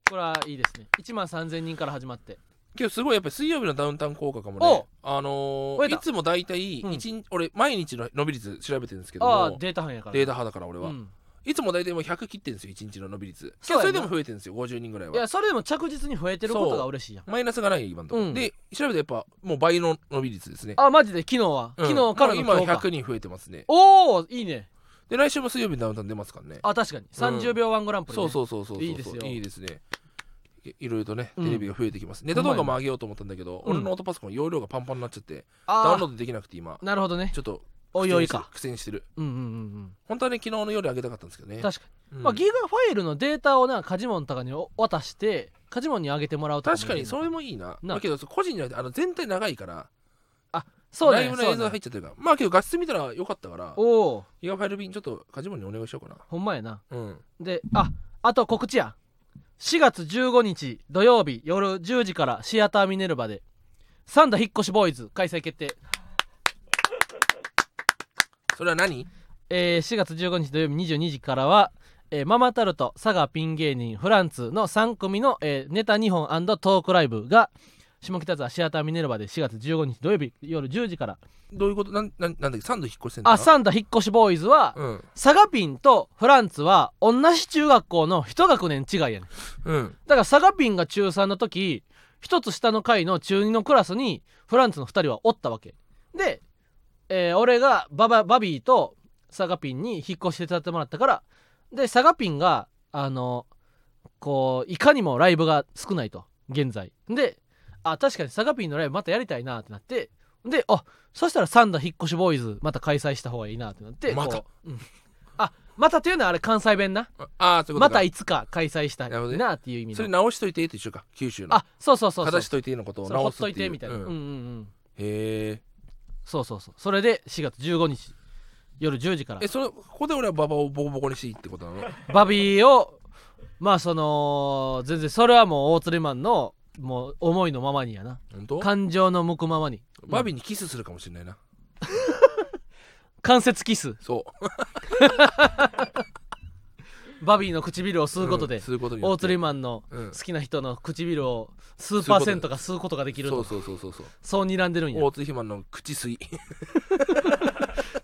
Speaker 1: これはいいですね1万3000人から始まって
Speaker 2: けどすごいやっぱり水曜日のダウンタウン効果かも
Speaker 1: お
Speaker 2: ねあの
Speaker 1: 増え
Speaker 2: ー、
Speaker 1: た
Speaker 2: いつも大体一
Speaker 1: うん
Speaker 2: 日、俺毎日の伸び率調べてるんですけど
Speaker 1: ああ
Speaker 2: も
Speaker 1: データ班やから
Speaker 2: データ派だから俺は、
Speaker 1: うん
Speaker 2: いつも大体もう100切ってるんですよ一日の伸び率け
Speaker 1: そうやな
Speaker 2: どそれでも増えてるんですよ50人ぐらい
Speaker 1: い
Speaker 2: は
Speaker 1: やそれでも着実に増えてることが嬉しいやん
Speaker 2: マイナスがない今のところ、
Speaker 1: うん
Speaker 2: で調べてやっぱもう倍の伸び率ですね
Speaker 1: あマジで昨日は、
Speaker 2: うん
Speaker 1: 昨日からの
Speaker 2: もう
Speaker 1: 今
Speaker 2: 今
Speaker 1: 日か
Speaker 2: 100人増えてますね
Speaker 1: おおいいね
Speaker 2: で来週も水曜日のダウンタウン出ますからね
Speaker 1: あ確かに30秒ワングランプリ、ね
Speaker 2: そうそうそうそうそう
Speaker 1: いいですよ
Speaker 2: いいですねいいろいろとね
Speaker 1: うん
Speaker 2: テレビが増えてきます、ネタ動
Speaker 1: ほ
Speaker 2: 画
Speaker 1: んま
Speaker 2: も
Speaker 1: や
Speaker 2: 上げようと思ったんだけど、
Speaker 1: うん
Speaker 2: 俺のノートパソコン容量がパンパンになっちゃってダ
Speaker 1: あ
Speaker 2: ウンロ
Speaker 1: ー
Speaker 2: ードできなくて今
Speaker 1: なるほどね
Speaker 2: ちょっと
Speaker 1: おいおいか
Speaker 2: 苦戦してる
Speaker 1: うんうんうん
Speaker 2: 本当はね昨日の夜上げたかったんですけど
Speaker 1: う
Speaker 2: ね
Speaker 1: ん確かに、
Speaker 2: うん
Speaker 1: まあギガファイルのデータをなカジモンとかにお渡してカジモンにあげてもらうともいい
Speaker 2: 確
Speaker 1: ね
Speaker 2: かにそれもいいな
Speaker 1: な
Speaker 2: だけど個人じゃなくてあの全体長いから
Speaker 1: そう
Speaker 2: ラ
Speaker 1: だ
Speaker 2: イ
Speaker 1: ね
Speaker 2: ブの映
Speaker 1: そう
Speaker 2: 像
Speaker 1: だ
Speaker 2: 入
Speaker 1: ね
Speaker 2: っちゃってるからまあけど画質見たらよかったから
Speaker 1: おお
Speaker 2: ギガファイル便ちょっとカジモンにお願いしようか
Speaker 1: ほんまやな
Speaker 2: なうん
Speaker 1: でああと告知や4月15日土曜日夜10時からシアターミネルバでサンダ引っ越しボーイズ開催決定、
Speaker 2: それは何
Speaker 1: えー4月15日土曜日22時からは、えーママタルト佐賀ピン芸人フランツの3組の、えーネタ2本トークライブが下北沢シアターミネルバで4月15日土曜日夜10時から
Speaker 2: どういうことなんなんなんだっけサンド引っ越してんだ
Speaker 1: あサンダ引っ越しボーイズは、
Speaker 2: うん
Speaker 1: 佐賀ピンとフランツは同じ中学校の一学年違いやねん
Speaker 2: うん
Speaker 1: だから佐賀ピンが中3の時一つ下の階の中2のクラスにフランツの2人はおったわけで、えー俺がバババビーと佐賀ピンに引っ越して立ってもらったからで佐賀ピンがあのこういかにもライブが少ないと現在であ確かに佐賀ピンのライブまたやりたいなってなってであそしたらサンダ引っ越しボーイズまた開催した方がいいなってなって
Speaker 2: また
Speaker 1: こううんあまたっていうのはあれ関西弁な
Speaker 2: ああーそういうこと
Speaker 1: ま
Speaker 2: か
Speaker 1: たいつか開催したい
Speaker 2: なるほどね
Speaker 1: なっていう意味
Speaker 2: そ
Speaker 1: の
Speaker 2: れ直しといてと一緒か九州の
Speaker 1: あそうそうそうそう
Speaker 2: 形といてのことを
Speaker 1: それほ
Speaker 2: 直
Speaker 1: っ
Speaker 2: すっ
Speaker 1: と
Speaker 2: て
Speaker 1: い
Speaker 2: いう
Speaker 1: てみたいな、うん、うんう
Speaker 2: へ
Speaker 1: ん
Speaker 2: え
Speaker 1: そうそうそうそれで4月15日夜10時から
Speaker 2: えそれここで俺はババをボコボコにしていいってことなの
Speaker 1: バビーをまあその全然それはもう大鶴マンのもう思いのままにやな
Speaker 2: 本当
Speaker 1: 感情の向くままに
Speaker 2: バビにキスするかもしれないな
Speaker 1: 関節キス
Speaker 2: そう
Speaker 1: バビーの唇を吸うことで、
Speaker 2: んすることによ
Speaker 1: 大
Speaker 2: って
Speaker 1: 鶴マンの
Speaker 2: うん
Speaker 1: 好きな人の唇を数パーセントが吸うことができる
Speaker 2: そ
Speaker 1: と
Speaker 2: うそうそうそうそう
Speaker 1: そう睨んでるんや
Speaker 2: 大津肥満の口吸い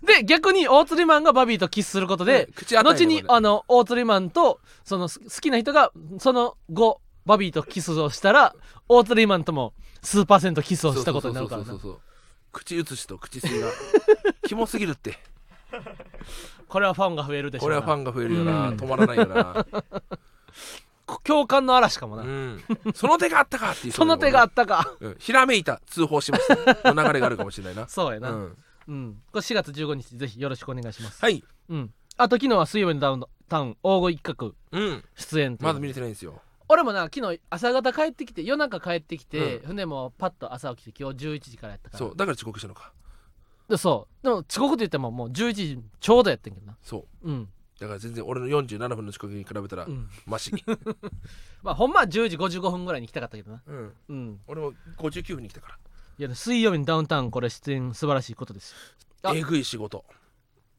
Speaker 1: で逆に大釣りマンがバビーとキスすることで、
Speaker 2: 口当た
Speaker 1: 後
Speaker 2: り
Speaker 1: にあの大釣りマンとそのす好きな人がその後バビーとキスをしたら大釣りマンとも数パーセントキスをしたことになるから
Speaker 2: そ
Speaker 1: な
Speaker 2: うそうそうそう口移しと口吸いがキモすぎ るって
Speaker 1: これはファンが増えるでしょ
Speaker 2: こ
Speaker 1: う
Speaker 2: れ
Speaker 1: な
Speaker 2: はファンが増えるよな
Speaker 1: うん
Speaker 2: 止まらない よな
Speaker 1: 共感の嵐かもな、
Speaker 2: うんその手があったかっていう
Speaker 1: その手があったか
Speaker 2: うんひらめいた通報しましたの流れがあるかもしれないな
Speaker 1: そうやな
Speaker 2: う
Speaker 1: うん、
Speaker 2: ん
Speaker 1: これ4月15日ぜひよろしくお願いします、
Speaker 2: はい
Speaker 1: うんあと昨日は水曜日のダウンタウン大御一角
Speaker 2: うん
Speaker 1: 出演という
Speaker 2: まだ見れてないんですよ
Speaker 1: 俺もな昨日朝方帰ってきて夜中帰ってきて、
Speaker 2: うん
Speaker 1: 船もパッと朝起きて今日11時からやったから
Speaker 2: そうだから遅刻したのか
Speaker 1: でそうでも遅刻と言ってももう11時ちょうどやってんけどな
Speaker 2: そう
Speaker 1: うん、
Speaker 2: だから全然俺の47分の遅刻に比べたら
Speaker 1: うん、
Speaker 2: マシ
Speaker 1: まあほんまは10時55分ぐらいに来たかったけどな
Speaker 2: うん
Speaker 1: うん
Speaker 2: 俺も59分に来たか
Speaker 1: いや水曜日のダウンタウンこれ出演素晴らしいことですよあ
Speaker 2: らえぐい仕事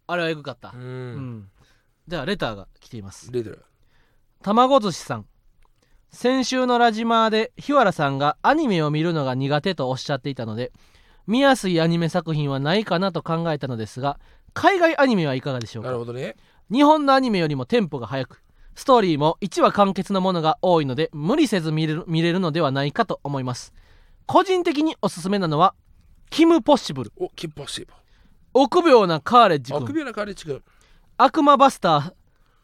Speaker 1: あれはエグかった
Speaker 2: う
Speaker 1: うんではレターが来ています
Speaker 2: 出てる
Speaker 1: 卵寿司さん先週のラジマーで日原さんがアニメを見るのが苦手とおっしゃっていたので見やすいアニメ作品はないかなと考えたのですが海外アニメはいかがでしょうか
Speaker 2: なるほどね
Speaker 1: 日本のアニメよりもテンポが速くストーリーも1話完結のものが多いので無理せず見れる見れるのではないかと思います個人的におすすめなのは「キム・ポッシブル
Speaker 2: おキッポッシブ」
Speaker 1: 臆病なカーレッジ
Speaker 2: あく
Speaker 1: 君
Speaker 2: びなカレッジ君
Speaker 1: 悪魔バスター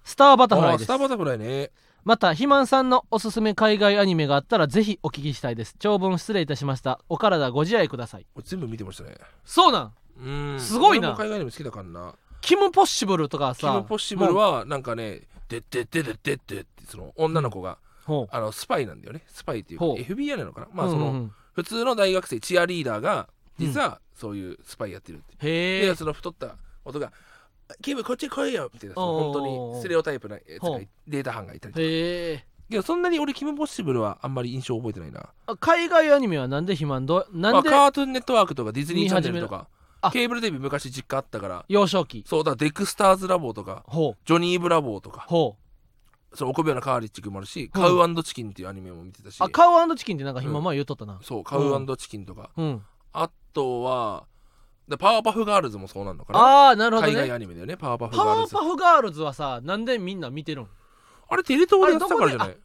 Speaker 1: スターバタフラ
Speaker 2: あ
Speaker 1: イ
Speaker 2: あ
Speaker 1: で
Speaker 2: ス
Speaker 1: す
Speaker 2: ターバタフライね
Speaker 1: また肥満さんのおすすめ海外アニメがあったらぜひお聞きしたいです長文失礼いたしましたお体ご自愛ください
Speaker 2: 俺全部見てましたね
Speaker 1: そうなん
Speaker 2: うん
Speaker 1: すごいな
Speaker 2: 俺も海外にも好きだからな
Speaker 1: キム・ポッシブルとか
Speaker 2: キ
Speaker 1: さ
Speaker 2: ム・ポッシブル
Speaker 1: も
Speaker 2: はなんかねでってってでってってってその女の子が
Speaker 1: うほう
Speaker 2: あのスパイなんだよねスパイっていうか
Speaker 1: ほう
Speaker 2: FBI なのかなまあそ
Speaker 1: うんうんう
Speaker 2: の
Speaker 1: ん
Speaker 2: 普通の大学生チアリーダーが実はそういうスパイやってるって
Speaker 1: へえ
Speaker 2: でその太った男が「キムこっち来いよ」みたいなその
Speaker 1: おうおうおう
Speaker 2: 本当にステレオタイプなやつ
Speaker 1: ほ
Speaker 2: が
Speaker 1: う
Speaker 2: データ班がいたりとか
Speaker 1: へえ
Speaker 2: いやそんなに俺キム・ポッシブルはあんまり印象覚えてないな
Speaker 1: あ海外アニメはなんで肥満どな
Speaker 2: ま
Speaker 1: ん
Speaker 2: あ
Speaker 1: で
Speaker 2: カートゥーンネットワークとかディズニーチャンネルとか
Speaker 1: あ
Speaker 2: ケーブルテレビ昔実家あったから
Speaker 1: 幼少期
Speaker 2: そうだからデクスターズラボとか
Speaker 1: ほう
Speaker 2: ジョニー・ブラボーとか
Speaker 1: ほう
Speaker 2: その臆病なカーリッチ君もあるし、カウチキンっていうアニメも見てたし
Speaker 1: あカウチキンってなんか今前言っとったな
Speaker 2: そうカウチキンとか、
Speaker 1: うん、
Speaker 2: あとはでパワーパフガールズもそうなのかな
Speaker 1: ああなるほど
Speaker 2: 海外
Speaker 1: ね
Speaker 2: アニメだよねパワーパフガ
Speaker 1: パ
Speaker 2: ー
Speaker 1: ワ
Speaker 2: ル
Speaker 1: ー
Speaker 2: ズ
Speaker 1: パフガールズはさなんでみんな見てるん
Speaker 2: あれテレ東でやってたからじゃ
Speaker 1: あ
Speaker 2: な
Speaker 1: れ
Speaker 2: い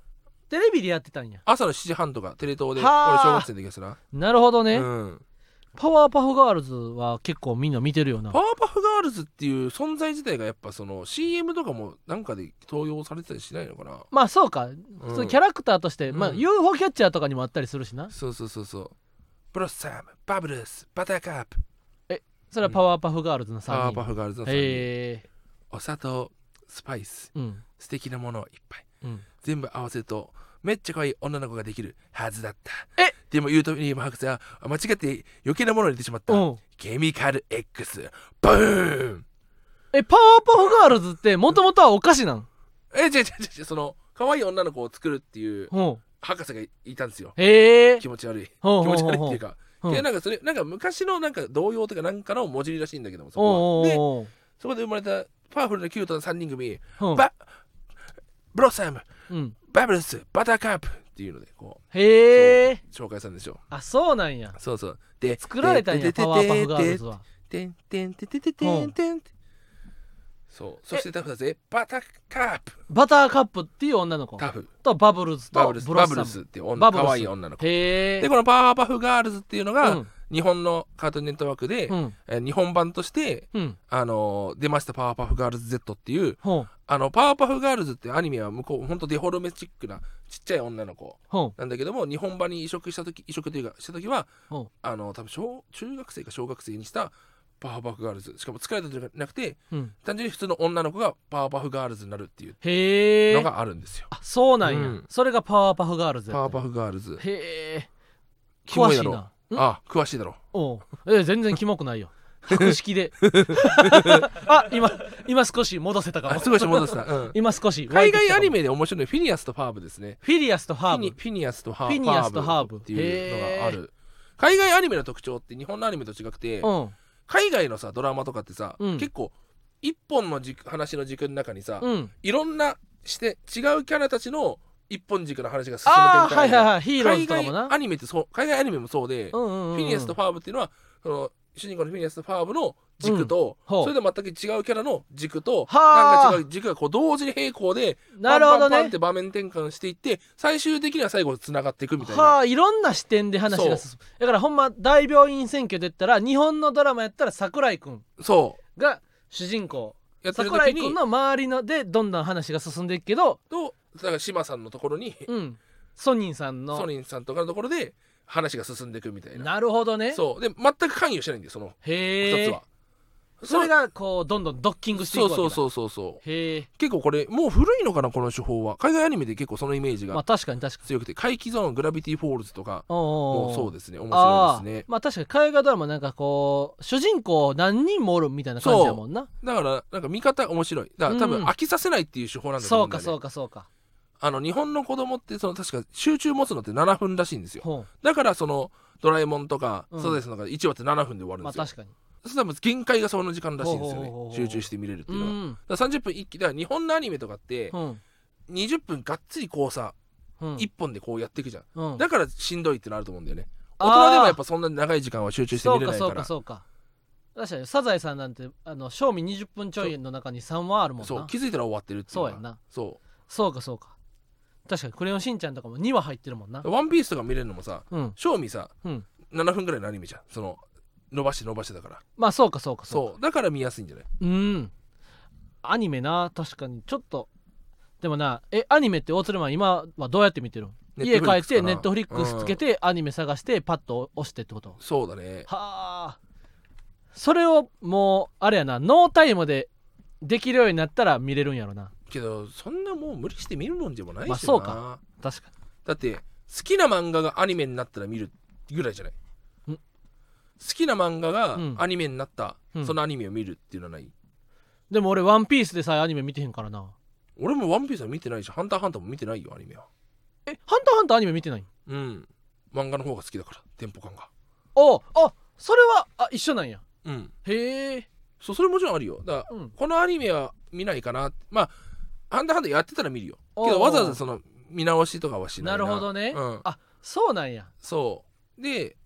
Speaker 1: テレビでやってたんや
Speaker 2: 朝の7時半とかテレ東で俺
Speaker 1: はあ
Speaker 2: 小学生の時やってたな、
Speaker 1: なるほどね、
Speaker 2: うん、
Speaker 1: パワーパフガールズは結構みんな見てるよな
Speaker 2: パワーパフガールズっていう存在自体がやっぱその CM とかもなんかで登用されてたりしないのかな、
Speaker 1: まあそうか、
Speaker 2: うん
Speaker 1: そうキャラクターとして、まあ、
Speaker 2: うん
Speaker 1: UFO キャッチャーとかにもあったりするしな
Speaker 2: そうそうそうそうブロッサムバブルスバターカップ
Speaker 1: それはパワーパフガールズの
Speaker 2: パ
Speaker 1: 3
Speaker 2: ワーパ
Speaker 1: 人
Speaker 2: フガールズの3人、
Speaker 1: へえ
Speaker 2: お砂糖スパイス
Speaker 1: うん
Speaker 2: 素敵なものをいっぱい
Speaker 1: うん
Speaker 2: 全部合わせるとめっちゃ可愛い女の子ができるはずだった
Speaker 1: え
Speaker 2: でも言うとにも博士は間違って余計なものを入れてしまった
Speaker 1: うん
Speaker 2: ケミカル X ブーン
Speaker 1: えパワーパフガールズってもともとはお菓子なん
Speaker 2: え違う違う違うその可愛い女の子を作るっていう
Speaker 1: ほ
Speaker 2: 博士がいたんですよ
Speaker 1: うへえ
Speaker 2: 気持ち悪い気
Speaker 1: ほうほうほ
Speaker 2: 持
Speaker 1: う
Speaker 2: ち
Speaker 1: ほう
Speaker 2: 悪いっていうか
Speaker 1: うん
Speaker 2: でなんかそれなんか昔のなんか童謡とかなんかの文字らしいんだけどもそこ
Speaker 1: お
Speaker 2: は
Speaker 1: う
Speaker 2: で
Speaker 1: おうおう
Speaker 2: そこで生まれたパワフルなキュートな3人組、
Speaker 1: うん
Speaker 2: バブロッサム
Speaker 1: うん
Speaker 2: バブルスバターカップっていうのでこう
Speaker 1: へえ
Speaker 2: 紹介したんでしょう
Speaker 1: あそうなんや
Speaker 2: そうそうで
Speaker 1: 作られたんや
Speaker 2: で
Speaker 1: パワーパフガールズは
Speaker 2: てんてんてんてんてんてんてんてんそうそしてタフだぜバターカープ
Speaker 1: バターカップっていう女の子
Speaker 2: タフ
Speaker 1: とバブルズ
Speaker 2: バ
Speaker 1: と
Speaker 2: ブルス
Speaker 1: ブロ
Speaker 2: バ
Speaker 1: ッ
Speaker 2: ブ
Speaker 1: サ
Speaker 2: ルスっ
Speaker 1: ム
Speaker 2: て
Speaker 1: バ
Speaker 2: 女
Speaker 1: ブルス
Speaker 2: 可愛い女の子
Speaker 1: へえ
Speaker 2: でこのパワーパフガールズっていうの
Speaker 1: う
Speaker 2: が
Speaker 1: ん
Speaker 2: 日本のカートゥーンネットワークで、
Speaker 1: うん
Speaker 2: えー日本版として
Speaker 1: うん
Speaker 2: あのー出ましたパワーパフガールズ Z っていう
Speaker 1: ほう
Speaker 2: あのパワーパフガールズってアニメは向こうほんとデフォルメチックなちっちゃい女の子
Speaker 1: ほ
Speaker 2: なんだけども日本版に移植した時移植というかした時は
Speaker 1: うほ
Speaker 2: あの多分小中学生か小学生にしたパワーパフガールズしかも疲れたじゃなくて
Speaker 1: ううん
Speaker 2: 単純に普通の女の子がパワーパフガールズになるっていう
Speaker 1: へ
Speaker 2: の
Speaker 1: え
Speaker 2: があるんですよ、
Speaker 1: あそうなんや、
Speaker 2: うん
Speaker 1: それがパワーパフガールズ
Speaker 2: パ
Speaker 1: や
Speaker 2: ワ
Speaker 1: っ
Speaker 2: ー
Speaker 1: た
Speaker 2: パフガールズ
Speaker 1: へえ
Speaker 2: キモ
Speaker 1: 詳
Speaker 2: い
Speaker 1: し
Speaker 2: だ
Speaker 1: い
Speaker 2: ろ
Speaker 1: な
Speaker 2: ああ詳しいだろ
Speaker 1: おうえ全然キモくないよ白式で あ今今少し戻せたか
Speaker 2: あ
Speaker 1: も
Speaker 2: すごいし戻した、うん
Speaker 1: 今少し湧い
Speaker 2: 海
Speaker 1: てき
Speaker 2: 外
Speaker 1: た
Speaker 2: ア
Speaker 1: かも
Speaker 2: ニメで面白いのはフィニアスとファーブですね
Speaker 1: フィリアスとハー
Speaker 2: フィニ
Speaker 1: ブ
Speaker 2: フィニアスとハー
Speaker 1: フィニアスとハーブ
Speaker 2: っていうのがあ
Speaker 1: へ
Speaker 2: る海外アニメの特徴って日本のアニメと違くて
Speaker 1: うん
Speaker 2: 海外のさドラマとかってさ、
Speaker 1: うん
Speaker 2: 結構一本の軸話の軸の中にさ、
Speaker 1: うん
Speaker 2: いろんなして違うキャラたちの一本軸の話が進
Speaker 1: あ
Speaker 2: む
Speaker 1: あは
Speaker 2: 展開
Speaker 1: いはいはいヒーローズ
Speaker 2: 海
Speaker 1: とかもな
Speaker 2: 外アニメってそう海外アニメもそうで、
Speaker 1: うんうんうんうん
Speaker 2: フィニアスとファーブっていうのはその主人公のフィニアスとファーブの軸と、
Speaker 1: うんほう
Speaker 2: それで全く違うキャラの軸と
Speaker 1: はあ
Speaker 2: なんか違う軸がこう同時に並行で
Speaker 1: なるほど
Speaker 2: パンパンパンっ
Speaker 1: ね
Speaker 2: て場面転換していって最終的には最後つながっていくみたい
Speaker 1: は
Speaker 2: な
Speaker 1: あいろんな視点で話が
Speaker 2: そ
Speaker 1: 進むだからほんま大病院選挙で言ったら日本のドラマやったら桜井くん
Speaker 2: そ
Speaker 1: が主人公
Speaker 2: うやってる
Speaker 1: 桜
Speaker 2: 時
Speaker 1: 井くん
Speaker 2: に
Speaker 1: の周りのでどんどん話が進んでいくけど
Speaker 2: とだから島さんのところに、
Speaker 1: うんソニンさんの
Speaker 2: ソニンさんとかのところで話が進んでいくみたいな
Speaker 1: なるほどね
Speaker 2: そうで全く関与してないんだよその
Speaker 1: へえ
Speaker 2: 2つは、
Speaker 1: それがこうどんどんドッキングしていく
Speaker 2: そ
Speaker 1: わ
Speaker 2: う
Speaker 1: けだ
Speaker 2: そうそうそうそう
Speaker 1: へえ
Speaker 2: 結構これもう古いのかなこの手法は海外アニメで結構そのイメージ
Speaker 1: まあ
Speaker 2: が
Speaker 1: 確かに確かに
Speaker 2: 強くて怪奇ゾーングラビティフォールズとか
Speaker 1: お
Speaker 2: もうそうですね面白
Speaker 1: あ
Speaker 2: いですね
Speaker 1: あまあ確かに海外ドラマなんかこう主人公何人もおるみたいな感じやもんな
Speaker 2: だからなんか見方面白いだから多分
Speaker 1: うん
Speaker 2: 飽きさせないっていう手法なんだと
Speaker 1: そ
Speaker 2: 思う
Speaker 1: うんか
Speaker 2: だよね
Speaker 1: そうかそうか
Speaker 2: あの日本の子供ってその確か集中持つのって7分らしいんですよ
Speaker 1: ほ
Speaker 2: だからそのドラえもんとか
Speaker 1: うん
Speaker 2: サザエさんとか1話って7分で終わ
Speaker 1: う
Speaker 2: るん
Speaker 1: まあ
Speaker 2: で
Speaker 1: 確
Speaker 2: すよ、
Speaker 1: かに
Speaker 2: それ多分限界がその時間らしいんですよ
Speaker 1: ほうほうほうほ
Speaker 2: ね
Speaker 1: う
Speaker 2: 集中して見れるって
Speaker 1: う
Speaker 2: いうのは、
Speaker 1: ん
Speaker 2: だから30分一気だから日本のアニメとかって
Speaker 1: うん
Speaker 2: 20分がっつりこうさ、
Speaker 1: うん
Speaker 2: 一1本でこうやっていくじゃん
Speaker 1: うん
Speaker 2: だからしんどいってのあると思うんだよね
Speaker 1: あー
Speaker 2: 大人でもやっぱそんな長い時間は集中して
Speaker 1: そ
Speaker 2: 見
Speaker 1: うか
Speaker 2: れない
Speaker 1: そ
Speaker 2: か
Speaker 1: うから
Speaker 2: そう
Speaker 1: そうか確かにサザエさんなんてあの賞味20分ちょいの中に3話あるもんなそう
Speaker 2: 気づいたら終わってるっていうのが
Speaker 1: そうやんな
Speaker 2: そ
Speaker 1: かそうか確かにクレヨンしんちゃんとかも2話入ってるもんな
Speaker 2: うワンピースとか見れるのもさ
Speaker 1: うん
Speaker 2: 正味さ
Speaker 1: うん
Speaker 2: 7分ぐらいのアニメじゃんその伸ばして伸ばしてだから
Speaker 1: まあそうかそうかそうか
Speaker 2: そうだから見やすいんじゃない
Speaker 1: うんアニメな確かにちょっとでもなえアニメって大鶴マン今はどうやって見てるん
Speaker 2: Netflix
Speaker 1: 家
Speaker 2: か
Speaker 1: 帰
Speaker 2: な
Speaker 1: ってネットフリックスつけてアニメ探してパッと押してってことは
Speaker 2: そうだね
Speaker 1: あそれをもうあれやなノータイムでできるようになったら見れるんやろな
Speaker 2: けどそんなもう無理して見るもんでもないしな、
Speaker 1: まあそうか確か
Speaker 2: だって好きな漫画がアニメになったら見るぐらいじゃない
Speaker 1: ん
Speaker 2: 好きな漫画が
Speaker 1: うん
Speaker 2: アニメになった、
Speaker 1: うん
Speaker 2: そのアニメを見るっていうのはない
Speaker 1: にでも俺ワンピースでさえアニメ見てへんからな
Speaker 2: 俺もワンピースは見てないし、ハンターハンターも見てないよ、アニメは。
Speaker 1: えハンターハンターアニメ見てない
Speaker 2: うん。漫画の方が好きだから、テンポ感が。
Speaker 1: おあそれはあ一緒なんや
Speaker 2: うん。
Speaker 1: へえ
Speaker 2: そう、それもちろんあるよ。だから、
Speaker 1: うん
Speaker 2: このアニメは見ないかな。まあ、ハンターハンターやってたら見るよ。け
Speaker 1: お
Speaker 2: ど、
Speaker 1: う
Speaker 2: わざわざその、見直しとかはし
Speaker 1: な
Speaker 2: な
Speaker 1: い
Speaker 2: な。
Speaker 1: るほどね、
Speaker 2: うん。
Speaker 1: あそうなんや
Speaker 2: そう。で、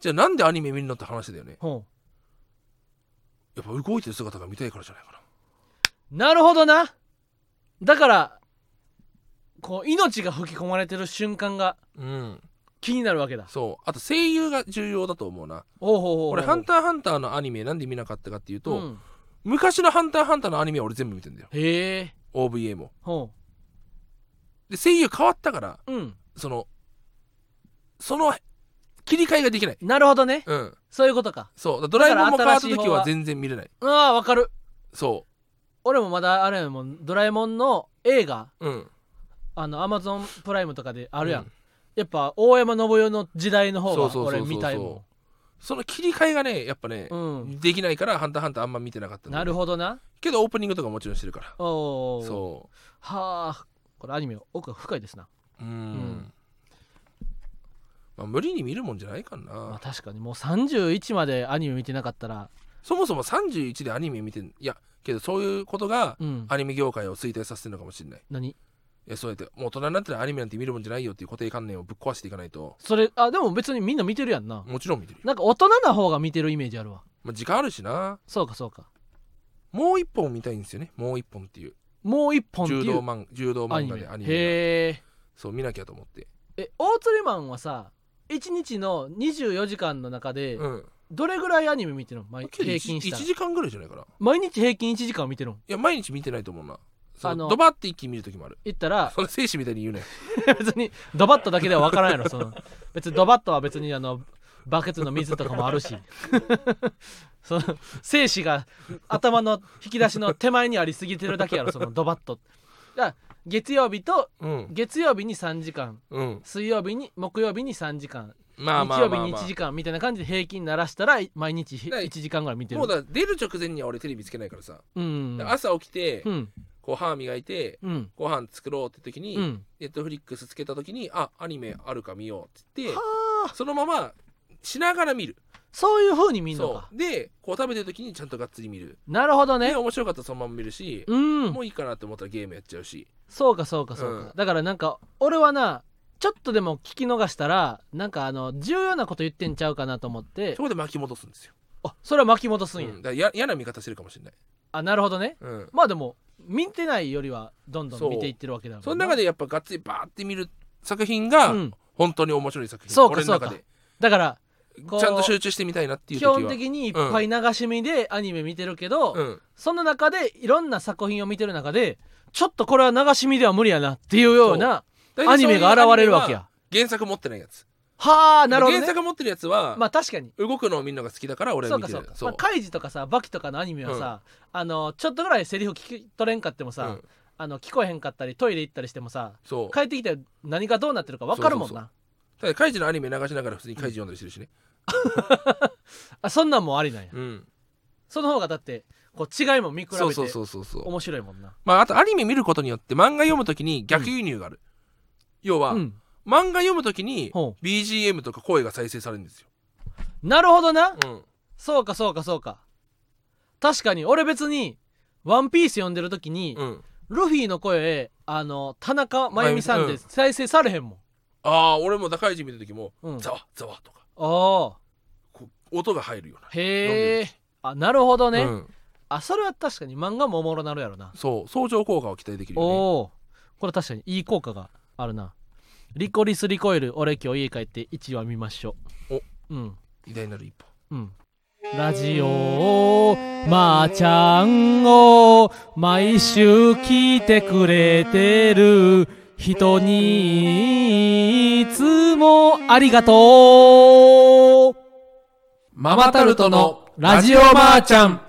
Speaker 2: じゃあなんでアニメ見るのって話だよね。
Speaker 1: ほ
Speaker 2: やっぱ動いてる姿が見たいからじゃないかな。
Speaker 1: うなるほどなだからこう命が吹き込まれてる瞬間が
Speaker 2: うん。
Speaker 1: 気になるわけだ
Speaker 2: そう。あと、声優が重要だと思うな。
Speaker 1: ほうほうほう
Speaker 2: 俺、ハン
Speaker 1: タ
Speaker 2: ターハンターのアニメなんで見なかったかっていうと、
Speaker 1: うん、
Speaker 2: 昔のハンターハンターのアニメは俺全部見てんだよ。
Speaker 1: へえ
Speaker 2: OVA も。
Speaker 1: ほ
Speaker 2: で、声優変わったから、
Speaker 1: ううん
Speaker 2: そのその切り替えができない
Speaker 1: なるほどね
Speaker 2: うん
Speaker 1: そういうことか
Speaker 2: そうだドラえもんも
Speaker 1: だ
Speaker 2: 変
Speaker 1: か
Speaker 2: わ
Speaker 1: ら
Speaker 2: っ
Speaker 1: 新し
Speaker 2: た
Speaker 1: い
Speaker 2: 時
Speaker 1: 方は
Speaker 2: は全然見れない
Speaker 1: ああわかる
Speaker 2: そ
Speaker 1: 俺もまだあれやもんドラえもんの映画
Speaker 2: ううん
Speaker 1: あのアマゾンプライムとかであるやん、
Speaker 2: うん
Speaker 1: やっぱ大山信代の時代の方
Speaker 2: そうそ
Speaker 1: が
Speaker 2: うそうそう
Speaker 1: 俺見たいも
Speaker 2: その切り替えがねやっぱね、
Speaker 1: んうん
Speaker 2: できないから「ハンターハンター」あんま見てなかったんだ
Speaker 1: な
Speaker 2: よね
Speaker 1: るほどな
Speaker 2: けどオープニングとかもちろんしてるから
Speaker 1: おお
Speaker 2: そ
Speaker 1: はあこれアニメ奥が深いですな
Speaker 2: ううん
Speaker 1: ん
Speaker 2: まあ、無理に見るもんじゃないかな、
Speaker 1: まあ、確かにもう31までアニメ見てなかったら
Speaker 2: そもそも31でアニメ見てんいやけどそういうことが
Speaker 1: うん
Speaker 2: アニメ業界を衰退させてるのかもしれない
Speaker 1: 何
Speaker 2: いやそうやってもう大人になったらアニメなんて見るもんじゃないよっていう固定観念をぶっ壊していかないと
Speaker 1: それあでも別にみんな見てるやんな
Speaker 2: もちろん見てるよ、
Speaker 1: なんか大人な方が見てるイメージあるわ
Speaker 2: まあ、時間あるしな
Speaker 1: そうかそうか
Speaker 2: もう一本見たいんですよねもう一本っていう
Speaker 1: もう一本って
Speaker 2: 柔
Speaker 1: い
Speaker 2: 道
Speaker 1: う
Speaker 2: 漫柔道
Speaker 1: ア
Speaker 2: 漫
Speaker 1: ニ
Speaker 2: 画
Speaker 1: メ
Speaker 2: でアニメが
Speaker 1: へえ
Speaker 2: そう見なきゃと思って
Speaker 1: え大釣りマンはさ1日の24時間の中で
Speaker 2: うん
Speaker 1: どれぐらいアニメ見てるの毎
Speaker 2: けど
Speaker 1: 平
Speaker 2: 一
Speaker 1: 均したら
Speaker 2: 1時間ぐらいじゃないかない
Speaker 1: 毎日平均1時間見てるの
Speaker 2: や毎日見てないと思うなそ
Speaker 1: あの
Speaker 2: のドバって一気に見る時もある
Speaker 1: 言ったら
Speaker 2: その精子みたいに言うね
Speaker 1: 別にドバッとだけでは分からんやろその別にドバッとは別にあのバケツの水とかもあるし その精子が頭の引き出しの手前にありすぎてるだけやろそのドバッとだから月曜日と
Speaker 2: うん
Speaker 1: 月曜日に3時間
Speaker 2: うん
Speaker 1: 水曜日に木曜日に3時間
Speaker 2: まあま
Speaker 1: 日
Speaker 2: あ
Speaker 1: 曜
Speaker 2: ま
Speaker 1: 日
Speaker 2: あ、
Speaker 1: に
Speaker 2: まあ
Speaker 1: 1時間みたいな感じで平均鳴らしたら毎日ひ
Speaker 2: ない
Speaker 1: 1時間ぐらい見てる
Speaker 2: もうだ出る直前には俺テレビつけないからさ、
Speaker 1: うん
Speaker 2: だから朝起きて、
Speaker 1: うん
Speaker 2: こう歯磨いて
Speaker 1: うん
Speaker 2: ご飯作ろうって時に、
Speaker 1: うん
Speaker 2: ネットフリックスつけた時にあアニメあるか見ようって言って
Speaker 1: はあ
Speaker 2: そのまましながら見る
Speaker 1: そういう風に見んのか
Speaker 2: そうでこう食べてる時にちゃんとがっつり見る、
Speaker 1: なるほど
Speaker 2: ね、
Speaker 1: ね
Speaker 2: 面白かったらそのまま見るし、
Speaker 1: うん
Speaker 2: もういいかなって思ったらゲームやっちゃうし
Speaker 1: そうかそうかそうか、
Speaker 2: うん
Speaker 1: だからなんか俺はなちょっとでも聞き逃したらなんかあの重要なこと言ってんちゃうかなと思って
Speaker 2: そこで巻き戻すんですよ、
Speaker 1: あそれは巻き戻すんや、
Speaker 2: うん、だからや嫌な見方してるかもしれない、
Speaker 1: あなるほどね
Speaker 2: うん、
Speaker 1: まあでも見てないよりはどんど
Speaker 2: そ
Speaker 1: ん
Speaker 2: う
Speaker 1: 見ていってるわけだもんな
Speaker 2: その中でやっぱがっつりバーって見る作品が、
Speaker 1: うん
Speaker 2: 本当に面白い作品
Speaker 1: そうか
Speaker 2: 俺の中で
Speaker 1: だから
Speaker 2: ち
Speaker 1: こ
Speaker 2: ゃ
Speaker 1: うん
Speaker 2: と集中してみたいなってい
Speaker 1: 基
Speaker 2: う時は
Speaker 1: 本的にいっぱい流し見でアニメ見てるけど、
Speaker 2: うん、
Speaker 1: その中でいろんな作品を見てる中でちょっとこれは流し見では無理やなっていうようなアニメが現れるわけや
Speaker 2: 原作持ってないやつ
Speaker 1: はあなるほど、ね、
Speaker 2: 原作持ってるやつは、
Speaker 1: まあ確かに
Speaker 2: 動くのを見るのが好きだから俺
Speaker 1: そ
Speaker 2: は
Speaker 1: う
Speaker 2: 見
Speaker 1: か
Speaker 2: て
Speaker 1: そう
Speaker 2: る
Speaker 1: か、
Speaker 2: そ
Speaker 1: まあ、
Speaker 2: う
Speaker 1: カイジとかさバキとかのアニメはさ、あのちょっとぐらいセリフ聞き取れんかってもさ、
Speaker 2: うん
Speaker 1: あの聞こえへんかったりトイレ行ったりしてもさ
Speaker 2: そう
Speaker 1: 帰ってきて何がどうなってるか分かるもんな
Speaker 2: そうただカイジのアニメ流しながら普通にカイジ読んだりしてるしね
Speaker 1: あそんなんもありなんや、
Speaker 2: うん
Speaker 1: その方がだってこう違いも見比べて
Speaker 2: そうそうそうそうそう
Speaker 1: 面白いもんな
Speaker 2: まああとアニメ見ることによって漫画読むときに逆輸入がある、要は、
Speaker 1: うん
Speaker 2: 漫画読むときに
Speaker 1: ほ
Speaker 2: BGM とか声が再生されるんですよ、
Speaker 1: なるほどな、
Speaker 2: うん、
Speaker 1: そうかそうかそうか確かに俺別に「ワンピース読んでる時に、
Speaker 2: うん、
Speaker 1: ルフィの声あの田中真由美さん
Speaker 2: 真由
Speaker 1: で
Speaker 2: 美
Speaker 1: 再生されへんもん、
Speaker 2: ああ俺も高い字見た時も、
Speaker 1: うん
Speaker 2: ザワザワとか
Speaker 1: あ
Speaker 2: こう音が入るような
Speaker 1: あへえあなるほどね、
Speaker 2: うん、
Speaker 1: あそれは確かに漫画もおもろなるやろな、
Speaker 2: そう相乗効果を期待できる
Speaker 1: お
Speaker 2: よね
Speaker 1: おーこれ確かにいい効果があるなリコリスリコイル俺今日家帰って1話見ましょう
Speaker 2: お
Speaker 1: うん
Speaker 2: 偉大なる一歩
Speaker 1: うんラジオまー、ちゃんを毎週聞いてくれてる人にいつもありがとう
Speaker 2: マ
Speaker 1: マタルトのラジオばあちゃん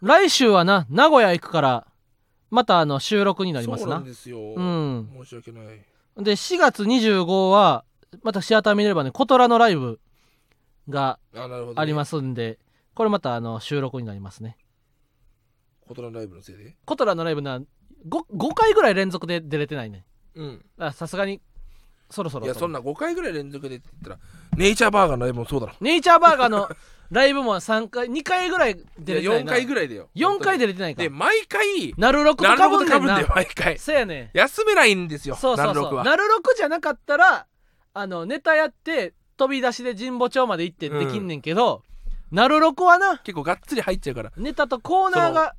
Speaker 1: 来週はな名古屋行くからまたあの収録になります
Speaker 2: そうな
Speaker 1: なん
Speaker 2: ですよ、
Speaker 1: うん
Speaker 2: 申し訳ない
Speaker 1: で4月25はまたシアター見ればねコトラのライブが
Speaker 2: あなるほど、
Speaker 1: ありますすんでこれまたあの収録になりますね
Speaker 2: コトラライブのせいで
Speaker 1: コトラのライブな 5, 5回ぐらい連続で出れてないね
Speaker 2: うん
Speaker 1: だからさすがにそろそろ
Speaker 2: いやそん
Speaker 1: な
Speaker 2: な5回ぐらい連続でって言ったらネイチャーバーガーのライブもそうだろ
Speaker 1: ネイチャーバーガーの ライブも3回2回ぐらい出れて
Speaker 2: いや
Speaker 1: ない
Speaker 2: 4
Speaker 1: な
Speaker 2: 回ぐらいだよ
Speaker 1: 4回
Speaker 2: で
Speaker 1: 出れてないか
Speaker 2: で毎回
Speaker 1: なるろくと
Speaker 2: な
Speaker 1: か
Speaker 2: る
Speaker 1: ぶ
Speaker 2: ほ
Speaker 1: ん
Speaker 2: ど
Speaker 1: ね
Speaker 2: か
Speaker 1: ん
Speaker 2: ぶん
Speaker 1: な
Speaker 2: で毎回
Speaker 1: そうやね
Speaker 2: 休めないんですよ
Speaker 1: そうそう
Speaker 2: ナルロ
Speaker 1: そ
Speaker 2: ク
Speaker 1: う
Speaker 2: は
Speaker 1: なるろくじゃなかったらあのネタやって飛び出しで神保町まで行ってできんねんけど、なるろくはな
Speaker 2: 結構がっつり入っちゃうから
Speaker 1: ネタとコーナーが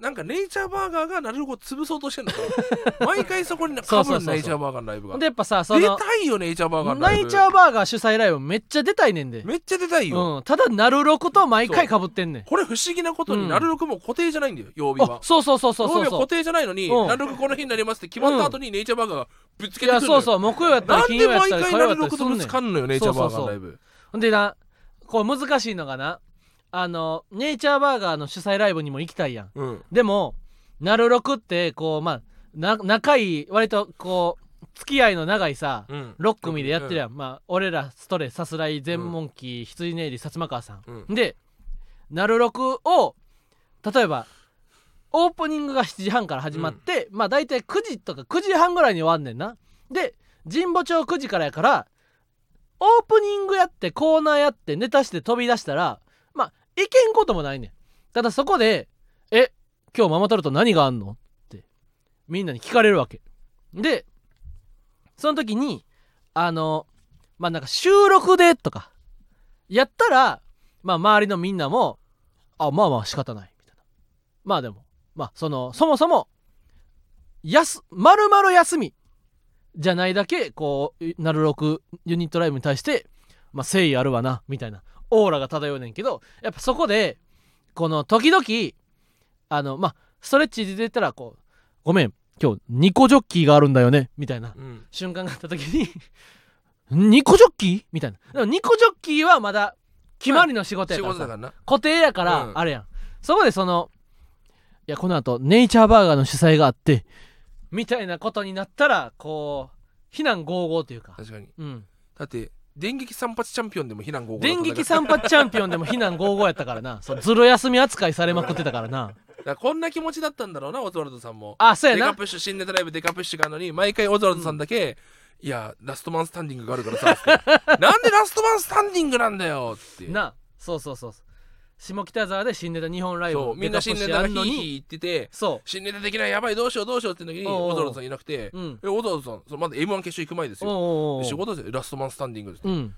Speaker 2: なんかネイチャーバーガーがナルロクを潰そうとしてんのか な毎回そこに
Speaker 1: そう
Speaker 2: か
Speaker 1: そうそ
Speaker 2: ぶ
Speaker 1: うそ
Speaker 2: ん
Speaker 1: う
Speaker 2: ネイチャーバーガーのライブが
Speaker 1: でやっぱさそ
Speaker 2: 出
Speaker 1: の
Speaker 2: たいよネイチャーバーガーのラ
Speaker 1: ナ
Speaker 2: イブ
Speaker 1: イチャーバーガー主催ライブめっちゃ出たいねんで
Speaker 2: めっちゃ出たいよ、
Speaker 1: うん、ただなるろくと毎回かぶってんねん
Speaker 2: これ不思議なことに、
Speaker 1: うん
Speaker 2: ナルロクも固定じゃないんだよ曜日
Speaker 1: あ
Speaker 2: は
Speaker 1: そうそうそうそうそう
Speaker 2: 曜日は
Speaker 1: そ
Speaker 2: 固定じゃないのに、
Speaker 1: うん
Speaker 2: ナルロクこの日になりますって決まった後にネイチャーバーガーがぶつ
Speaker 1: うい
Speaker 2: けてくる
Speaker 1: や
Speaker 2: のよ
Speaker 1: そうそう木曜やったり
Speaker 2: なん
Speaker 1: 金曜
Speaker 2: で
Speaker 1: やっ
Speaker 2: 毎
Speaker 1: たり火
Speaker 2: 回ナ
Speaker 1: 曜やっ
Speaker 2: ル
Speaker 1: た
Speaker 2: ロ
Speaker 1: り
Speaker 2: ク
Speaker 1: す
Speaker 2: と
Speaker 1: ん
Speaker 2: ぶ
Speaker 1: ねん
Speaker 2: つかんのよネイチャーバーガーのライブ
Speaker 1: ほんでなこう難しいのがなあのネイチャーバーガーの主催ライブにも行きたいやん
Speaker 2: うん
Speaker 1: でもなるろくってこうまあな仲いい割とこう付き合いの長いさ、
Speaker 2: うん
Speaker 1: 6組でやってるやん、まあ俺らストレさすらい全問記、羊ネイリ薩摩川さん、
Speaker 2: うん
Speaker 1: でなるろくを例えばオープニングが7時半から始まって、まあ大体9時とか9時半ぐらいに終わんねんなで神保町9時からやからオープニングやってコーナーやってネタして飛び出したらまあいけんこともないねんただそこで「え今日ママタルト何があんの?」ってみんなに聞かれるわけでその時にあのまあなんか収録でとかやったらまあ周りのみんなもあまあまあ仕方ないみたいなまあでもまあそのそもそもやす丸々休みじゃないだけこうなるろくユニットライブに対して、まあ、誠意あるわなみたいなオーラが漂うねんけどやっぱそこでこの時々あのまあストレッチで出たらこう「ごめん今日ニコジョッキーがあるんだよね」みたいな
Speaker 2: うん
Speaker 1: 瞬間があった時に「 ニコジョッキー?」みたいなでもニコジョッキーはまだ決まりの仕事や
Speaker 2: 仕
Speaker 1: から
Speaker 2: 事
Speaker 1: さ
Speaker 2: だからな
Speaker 1: 固定やから、
Speaker 2: うん
Speaker 1: あれやんそこでそのいやこの後ネイチャーバーガーの主催があってみたいなことになったらこう非難合々というか、
Speaker 2: 確かに
Speaker 1: うん、
Speaker 2: だって電撃三発チャンピオンでも非難合
Speaker 1: 電撃
Speaker 2: 三
Speaker 1: 三発チャンピオンでも非難合々やったからなそうずる休み扱いされまくってたからな
Speaker 2: こんな気持ちだったんだろうなオズワルドさんも
Speaker 1: あそう
Speaker 2: デ
Speaker 1: や
Speaker 2: カ
Speaker 1: な
Speaker 2: プッシュ新ネタライブデカプッシュがあるのに毎回オズワルドさんだけ、いやラストマンスタンディングがあるからさつって なんでラストマンスタンディングなんだよっていう
Speaker 1: なそうそうそう下北沢で新ネタ日本ライブ
Speaker 2: そうみんな新ネタ
Speaker 1: あ
Speaker 2: が
Speaker 1: ん
Speaker 2: ヒ
Speaker 1: の
Speaker 2: ーヒー
Speaker 1: に
Speaker 2: 言ってて
Speaker 1: そ
Speaker 2: 新ネタできないやばいどうしようどうしようって時に
Speaker 1: おうおう
Speaker 2: オズワルドさんいなくて
Speaker 1: ううん
Speaker 2: えオズワルドさんそうまだ m 1決勝行く前です
Speaker 1: おう
Speaker 2: よ
Speaker 1: おうおう
Speaker 2: 仕事ですよラストマンスタンディングです
Speaker 1: うん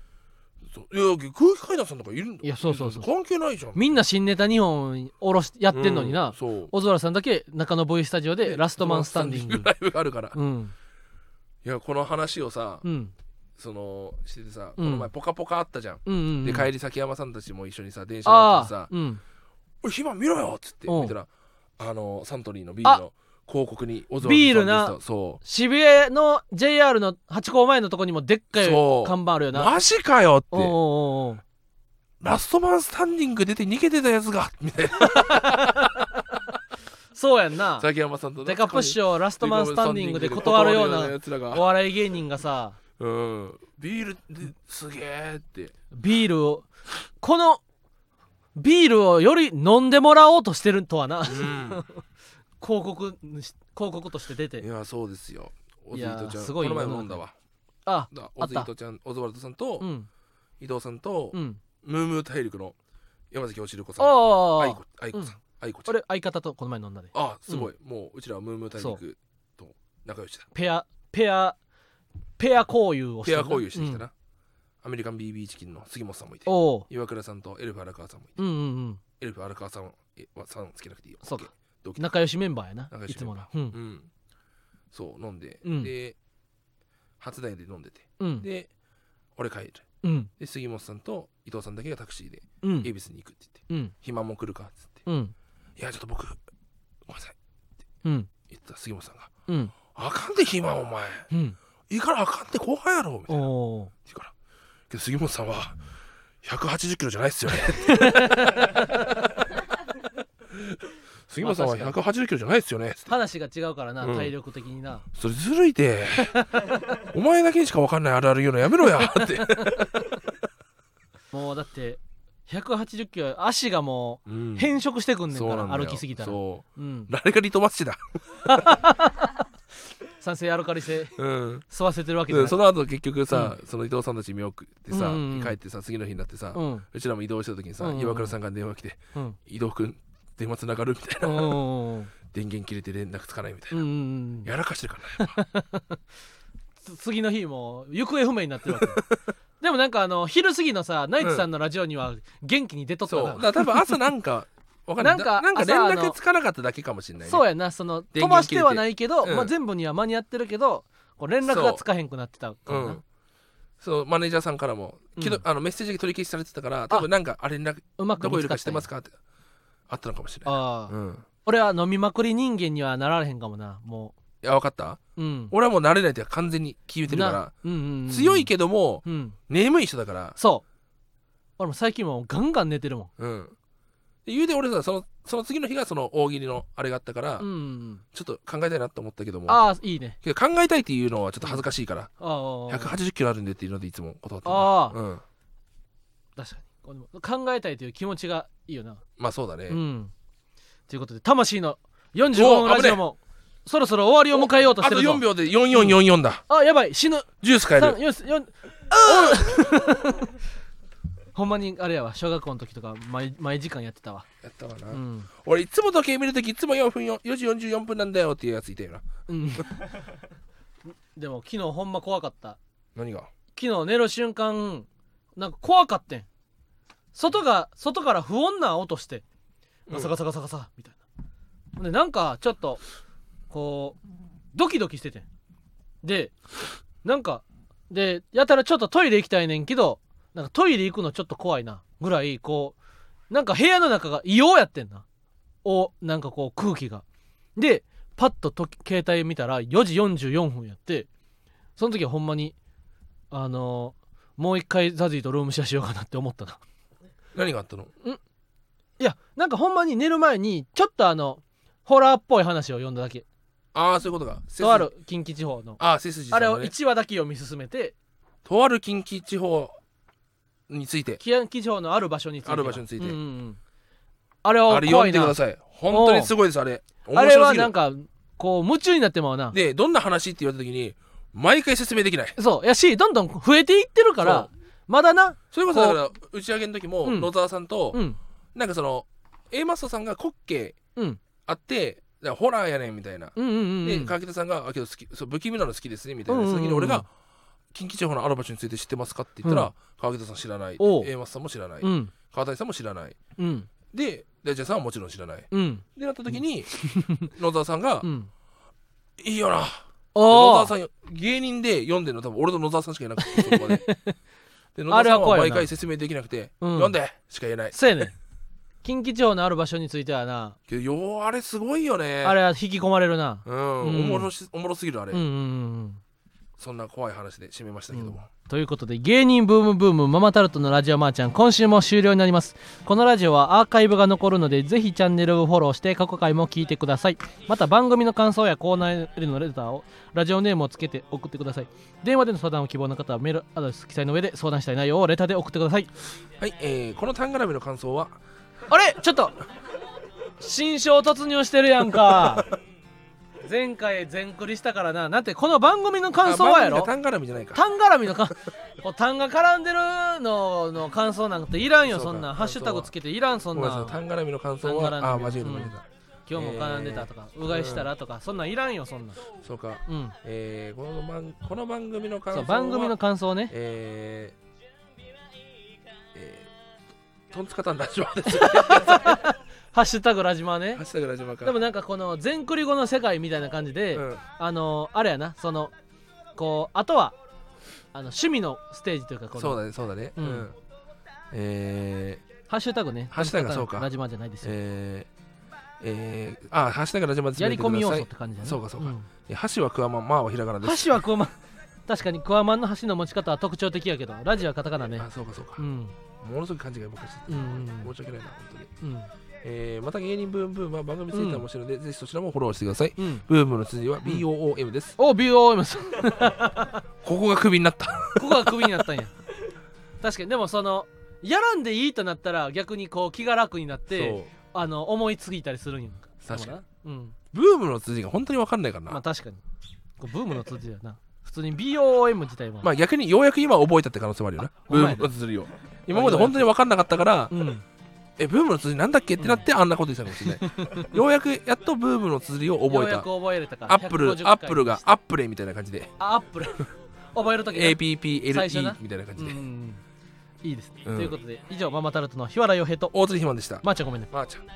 Speaker 2: そういや空気階段さんとかいるんだ
Speaker 1: いやそうそうそう
Speaker 2: 関係ないじゃん
Speaker 1: みんな新ネタ日本おろしやってんのにな、
Speaker 2: うんそう
Speaker 1: 小沢さんだけ中野ボイスタジオでラストマンスタンディング
Speaker 2: ラ。イブがあるから
Speaker 1: うん。
Speaker 2: いやこの話をさ
Speaker 1: うん。
Speaker 2: そのしててさ
Speaker 1: う
Speaker 2: こ
Speaker 1: ん
Speaker 2: の前ポカポカあったじゃん
Speaker 1: うんうん。
Speaker 2: で帰
Speaker 1: り。
Speaker 2: り崎山さんたちも一緒にさ電車乗っ
Speaker 1: あ
Speaker 2: てて
Speaker 1: あ
Speaker 2: さ。
Speaker 1: うん。
Speaker 2: 「おい暇見ろよ」っつって
Speaker 1: うん
Speaker 2: 見たらあのサントリーのビールの広告にオズワルドさん
Speaker 1: ビールな
Speaker 2: 出てたそう
Speaker 1: 渋谷の JR の八甲前のとこにもでっかい
Speaker 2: そう
Speaker 1: 看板あるよな。
Speaker 2: マジかよっ
Speaker 1: おうお
Speaker 2: て
Speaker 1: うおう
Speaker 2: ラストマンスタンディング出て逃げてたやつがみたいな
Speaker 1: そうやんな。
Speaker 2: 崎山さんと
Speaker 1: デカプッシュをラス
Speaker 2: ラ
Speaker 1: トマンスタンディングで断るような
Speaker 2: やつら
Speaker 1: お
Speaker 2: が
Speaker 1: 笑い芸人がさ、
Speaker 2: うんビールですげえって
Speaker 1: ビールを、このビールをより飲んでもらおうとしてるとはな。
Speaker 2: うん
Speaker 1: 広告にし、広告として出
Speaker 2: い
Speaker 1: て。
Speaker 2: やそうですよオ
Speaker 1: い
Speaker 2: ズイ
Speaker 1: やー
Speaker 2: ートちゃん
Speaker 1: す
Speaker 2: こ
Speaker 1: ごい
Speaker 2: の前飲んだわ
Speaker 1: あ、
Speaker 2: だ
Speaker 1: あ
Speaker 2: オ
Speaker 1: っ
Speaker 2: ズイ
Speaker 1: た
Speaker 2: ートちゃんオズワルドさんと
Speaker 1: うん。
Speaker 2: 伊藤さんと
Speaker 1: うん。
Speaker 2: ムームー大陸の山崎おしるこさん
Speaker 1: あ
Speaker 2: 愛
Speaker 1: あ
Speaker 2: 子。愛子さん愛子ちゃん
Speaker 1: 俺、相方とこの前飲んだで。
Speaker 2: あすごいもううちらはムームー大陸と仲良しだ
Speaker 1: ペアペアペア交友をして
Speaker 2: ペ
Speaker 1: る
Speaker 2: ア交流してきた
Speaker 1: うん
Speaker 2: なアメリカン BB チキンの杉本さんもいて
Speaker 1: おう
Speaker 2: 岩倉さんとエルフ荒川さんもいて
Speaker 1: うんうんうん
Speaker 2: エルフ荒川さんはえはさんつけなくていいよ
Speaker 1: そうか
Speaker 2: 同期
Speaker 1: 仲良しメンバーやな
Speaker 2: 仲良
Speaker 1: い
Speaker 2: し
Speaker 1: つ
Speaker 2: メン
Speaker 1: も
Speaker 2: バ
Speaker 1: のうん
Speaker 2: うんそう飲んで
Speaker 1: うん
Speaker 2: で初台で飲んでて
Speaker 1: うん
Speaker 2: で俺帰る
Speaker 1: うん
Speaker 2: で杉本さんと伊藤さんだけがタクシーで
Speaker 1: うん
Speaker 2: 恵比寿に行くって言って
Speaker 1: うん
Speaker 2: 暇も来るかっつって
Speaker 1: うん
Speaker 2: いやちょっと僕ごめんなさい
Speaker 1: うん
Speaker 2: 言ってた杉本さんが
Speaker 1: うん
Speaker 2: あかんで暇お前
Speaker 1: うん
Speaker 2: いいからあかんって後輩やろみたいな
Speaker 1: おお
Speaker 2: 言うからけど杉本さんは180キロじゃない っすよね杉本さんは180キロじゃないっすよねつって
Speaker 1: 話が違うからな
Speaker 2: うん
Speaker 1: 体力的にな
Speaker 2: それずるいてお前だけにしか分かんないあるある言うのやめろやって
Speaker 1: もうだって180キロ足がも
Speaker 2: うん
Speaker 1: う変色してくんねん
Speaker 2: そう
Speaker 1: か
Speaker 2: な
Speaker 1: ら
Speaker 2: んだよ
Speaker 1: 歩きすぎたら
Speaker 2: そ
Speaker 1: うん
Speaker 2: う誰がリトマスチだ
Speaker 1: 酸性アルカリ性
Speaker 2: うん
Speaker 1: 吸わせてるわけじゃ
Speaker 2: で
Speaker 1: ない
Speaker 2: その後結局さ、その伊藤さんたち見送ってさ、
Speaker 1: うんうん
Speaker 2: 帰ってさ次の日になってさ、う
Speaker 1: うん
Speaker 2: ちらも移動した時にさ、
Speaker 1: うんうんうん
Speaker 2: 岩倉さんが電話来て
Speaker 1: うん
Speaker 2: 「伊藤君電話つながる?」みたいな
Speaker 1: おーおー
Speaker 2: 電源切れて連絡つかないみたい
Speaker 1: うん
Speaker 2: な、
Speaker 1: うんうん
Speaker 2: やらかしてるから ね
Speaker 1: つ次の日も行方不明になって るわけでもなんかあの昼過ぎのさナイツさんのラジオには元気に出とった
Speaker 2: そう
Speaker 1: な、
Speaker 2: だから多分朝なんかわかんない
Speaker 1: なん
Speaker 2: な
Speaker 1: か
Speaker 2: なんか連
Speaker 1: 朝あの
Speaker 2: 絡つかなかっただけかもしれないね
Speaker 1: そうやなその
Speaker 2: 電
Speaker 1: 飛
Speaker 2: 源
Speaker 1: ばしてはないけど、
Speaker 2: 切れてうん
Speaker 1: まあ、全部には間に合ってるけどこう連絡がつかへんくなってたか
Speaker 2: う
Speaker 1: らな、
Speaker 2: んそうマネージャーさんからも、けど
Speaker 1: うん
Speaker 2: あのメッセージが取り消しされてたから多分なんかあれ連絡
Speaker 1: うまく
Speaker 2: どこいるか
Speaker 1: 見つ
Speaker 2: 知ってます
Speaker 1: か
Speaker 2: かってあったのかもしれ
Speaker 1: ったん
Speaker 2: ない、
Speaker 1: やああ、
Speaker 2: うん、
Speaker 1: 俺は飲みまくり人間にはなられへんかもなも
Speaker 2: いや分かった
Speaker 1: ううん
Speaker 2: 俺はもう慣れないって完全に決めてるか
Speaker 1: なうんうんう
Speaker 2: ら
Speaker 1: ん
Speaker 2: 強いけども
Speaker 1: うん
Speaker 2: 眠い人だから
Speaker 1: そう俺も最近もうガンガン寝てるもん
Speaker 2: うんで言うて俺さそのその次の日がその大喜利のあれがあったから、
Speaker 1: うんうんうん
Speaker 2: ちょっと考えたいなと思ったけども
Speaker 1: ああいいね
Speaker 2: けど考えたいっていうのはちょっと恥ずかしいから、
Speaker 1: ああああ
Speaker 2: 180キロあるんでっていうのでいつも断ってる
Speaker 1: ああ
Speaker 2: うん、
Speaker 1: 確かにこれも考えたいという気持ちがいいよな
Speaker 2: まあそうだね、
Speaker 1: うん。ということで、魂の45分のラジオもそろそろ終わりを迎えようとし
Speaker 2: あ
Speaker 1: て
Speaker 2: と
Speaker 1: るぞ
Speaker 2: 4秒で4444だ、
Speaker 1: あやばい死ぬ
Speaker 2: ジュース変え
Speaker 1: 三
Speaker 2: る
Speaker 1: 四四 ほんまにあれやわ小学校の時とか毎毎時間やってたわ
Speaker 2: やったわな、
Speaker 1: うん、
Speaker 2: 俺いつも時計見るときいつも4分 4, 4時44分なんだよっていうやついたよな
Speaker 1: うん、でも昨日ほんま怖かった
Speaker 2: 何が
Speaker 1: 昨日寝る瞬間なんか怖かってん外が外から不穏な音して
Speaker 2: うん
Speaker 1: ガサガサガサガサみたいな、でなんかちょっとこうドキドキしててんでなんかでやたらちょっとトイレ行きたいねんけどなんかトイレ行くのちょっと怖いなぐらいこうなんか部屋の中が異様やってんなおなんかこう空気がでパッとと携帯見たら4時44分やってその時はほんまにあのもう一回ザジーとルームシェアしようかなって思ったな
Speaker 2: 何があったの
Speaker 1: いやなんかほんまに寝る前にちょっとあのホラーっぽい話を読んだだけ
Speaker 2: ああそういうことか背
Speaker 1: とあ
Speaker 2: 筋
Speaker 1: る近畿地方の
Speaker 2: ああ背筋さ
Speaker 1: あ
Speaker 2: ん
Speaker 1: れ
Speaker 2: だ
Speaker 1: を
Speaker 2: ね
Speaker 1: 1話だけ読み進めて
Speaker 2: とある近畿地方について
Speaker 1: 近畿地方のある場所について
Speaker 2: ある場所について
Speaker 1: うんうんうんあれは
Speaker 2: あれ読
Speaker 1: 怖
Speaker 2: ん
Speaker 1: い
Speaker 2: でくだ
Speaker 1: な
Speaker 2: さい本当にすごいですあれ
Speaker 1: あ
Speaker 2: 面
Speaker 1: れ
Speaker 2: 白す
Speaker 1: は
Speaker 2: ぎ
Speaker 1: なん
Speaker 2: る
Speaker 1: かこう夢中になってまうな
Speaker 2: でどんな話って言われた時に毎回説明できない
Speaker 1: そうやしどんどん増えていってるからまだな
Speaker 2: それこそだから打ち上げの時も
Speaker 1: うん
Speaker 2: 野沢さんと
Speaker 1: うん
Speaker 2: なんかその A マスターさんが滑稽
Speaker 1: うん
Speaker 2: あってだからホラーやねんみたいな
Speaker 1: うんうんうんう
Speaker 2: で
Speaker 1: ん
Speaker 2: 川北さんがあ「けど好きそう不気味なの好きですね」みたいな
Speaker 1: うんうんうん
Speaker 2: その時に俺が「近畿地方のある場所について知ってますか?」って言った
Speaker 1: う
Speaker 2: ら川北さん知らない
Speaker 1: おう
Speaker 2: A マスさんも知らない
Speaker 1: うん
Speaker 2: 川谷さんも知らない
Speaker 1: うん
Speaker 2: で大ちゃんさんはもちろん知らない
Speaker 1: うん
Speaker 2: でなった時に野沢さんが
Speaker 1: うん
Speaker 2: 「いいよな」
Speaker 1: お
Speaker 2: 野沢
Speaker 1: お
Speaker 2: さんよ芸人で読んでるの多分俺と野沢さんしかいなくてそ こでで野
Speaker 1: あ
Speaker 2: 沢
Speaker 1: れ
Speaker 2: さ
Speaker 1: は
Speaker 2: んは
Speaker 1: 怖いよな
Speaker 2: 毎回説明できなくて「
Speaker 1: うん
Speaker 2: 読んで!」しか言えない
Speaker 1: そうやねん近畿地方のある場所についてはな
Speaker 2: けどよーあれすごいよね
Speaker 1: あれは引き込まれるな
Speaker 2: うん、
Speaker 1: うん
Speaker 2: おもろしおもろすぎるあれ、
Speaker 1: うんうんうんうん
Speaker 2: そんな怖い話で締めましたけども、
Speaker 1: ということで芸人ブームブームママタルトのラジオマーちゃん今週も終了になりますこのラジオはアーカイブが残るのでぜひチャンネルをフォローして過去回も聞いてくださいまた番組の感想やコーナーへのレターをラジオネームをつけて送ってください電話での相談を希望の方はメールアドレス記載の上で相談したい内容をレターで送ってください
Speaker 2: はい、えーこのタン絡みの感想は
Speaker 1: あれちょっと新章突入してるやんか前回全クリしたからななんてこの番組の感想はやろ
Speaker 2: タン絡みじゃないか
Speaker 1: タン絡みのかこうタンが絡んでるのの感想なんていらんよ
Speaker 2: そう
Speaker 1: そ
Speaker 2: か
Speaker 1: んなん
Speaker 2: 感想は
Speaker 1: ハッシュタグつけていらんそ
Speaker 2: ご
Speaker 1: ん
Speaker 2: めんな
Speaker 1: な
Speaker 2: さいタ
Speaker 1: ん
Speaker 2: ン絡みの感想
Speaker 1: タン絡み
Speaker 2: はあ間違えた間違え
Speaker 1: 今日も絡んでたとか、うがいしたらとかそんなんいらんよそんなん
Speaker 2: た、そうか、
Speaker 1: うん
Speaker 2: えーこの番この番組の感
Speaker 1: そ
Speaker 2: 想
Speaker 1: う
Speaker 2: は
Speaker 1: 番組の感想ね
Speaker 2: えーえートンツカタンラジオです
Speaker 1: ハッシュタグラジマね
Speaker 2: ハッシュタグラジマか。
Speaker 1: でもなんかこの全クリ後の世界みたいな感じで、
Speaker 2: うん、
Speaker 1: あのあれやなそのこうあとはあの趣味のステージというかこ
Speaker 2: そう
Speaker 1: の
Speaker 2: だね、そうだね。
Speaker 1: うん
Speaker 2: えー、
Speaker 1: ハッシュタグね
Speaker 2: ハッシュタ
Speaker 1: ト
Speaker 2: グ
Speaker 1: ンツカ
Speaker 2: そうか
Speaker 1: タンラジマじゃないですよ
Speaker 2: えー、えー、あ、ハッシュタグラジマです。
Speaker 1: やり込み要素っ
Speaker 2: 入れ
Speaker 1: て
Speaker 2: てくだ
Speaker 1: 感じだね
Speaker 2: そうかそう
Speaker 1: ん
Speaker 2: かさい。え箸はクワマン、まあはひらがなです。
Speaker 1: 箸はクワマン確かにクワマンの箸の持ち方は特徴的やけどラジオはカタカナね
Speaker 2: あ、そうかそうか
Speaker 1: う。ん
Speaker 2: ものすごく勘違いばっかりしてて、
Speaker 1: うんうん
Speaker 2: 申し訳ないな、本当に。
Speaker 1: うん
Speaker 2: えー、また芸人ブームブームは番組ツイッターもしてるので、ぜひそちらもフォローしてください。
Speaker 1: うん
Speaker 2: ブームの辻は BOOM です。
Speaker 1: お BOM さん
Speaker 2: ここがクビになった。
Speaker 1: ここがクビになったんや確かにでもそのやらんでいいとなったら逆にこう気が楽になって
Speaker 2: う。
Speaker 1: あの思いついたりするんやん
Speaker 2: 確かに
Speaker 1: そうなうん
Speaker 2: ブームの辻が本当にわかんないから
Speaker 1: ま
Speaker 2: な。
Speaker 1: あ
Speaker 2: ま
Speaker 1: 確かにこうブームの通じだよな普通に BOM 自体は
Speaker 2: あ逆にようやく今覚えたって可能性もあるよな。
Speaker 1: ほ
Speaker 2: ブ
Speaker 1: んまや
Speaker 2: ー
Speaker 1: な
Speaker 2: ムの辻を。今まで本当にわかんなかったから、
Speaker 1: うん
Speaker 2: えブームの綴りなんだっけってなってあんなこと言ってたかもし れないようやくやっとブームの綴りを覚え
Speaker 1: ようや
Speaker 2: た
Speaker 1: く覚えれたから
Speaker 2: アップル
Speaker 1: 150
Speaker 2: アップルが
Speaker 1: 回
Speaker 2: アップレみたいな感じで
Speaker 1: あアップル 覚えるときな最初な
Speaker 2: APPLE みたいな感
Speaker 1: う
Speaker 2: じ
Speaker 1: んう
Speaker 2: で、
Speaker 1: んうんいいですね
Speaker 2: うん
Speaker 1: ということで以上ママタルトの日原洋平と
Speaker 2: 大鶴ひまんでした
Speaker 1: まーちゃんごめんね
Speaker 2: まー、ちゃん
Speaker 3: 「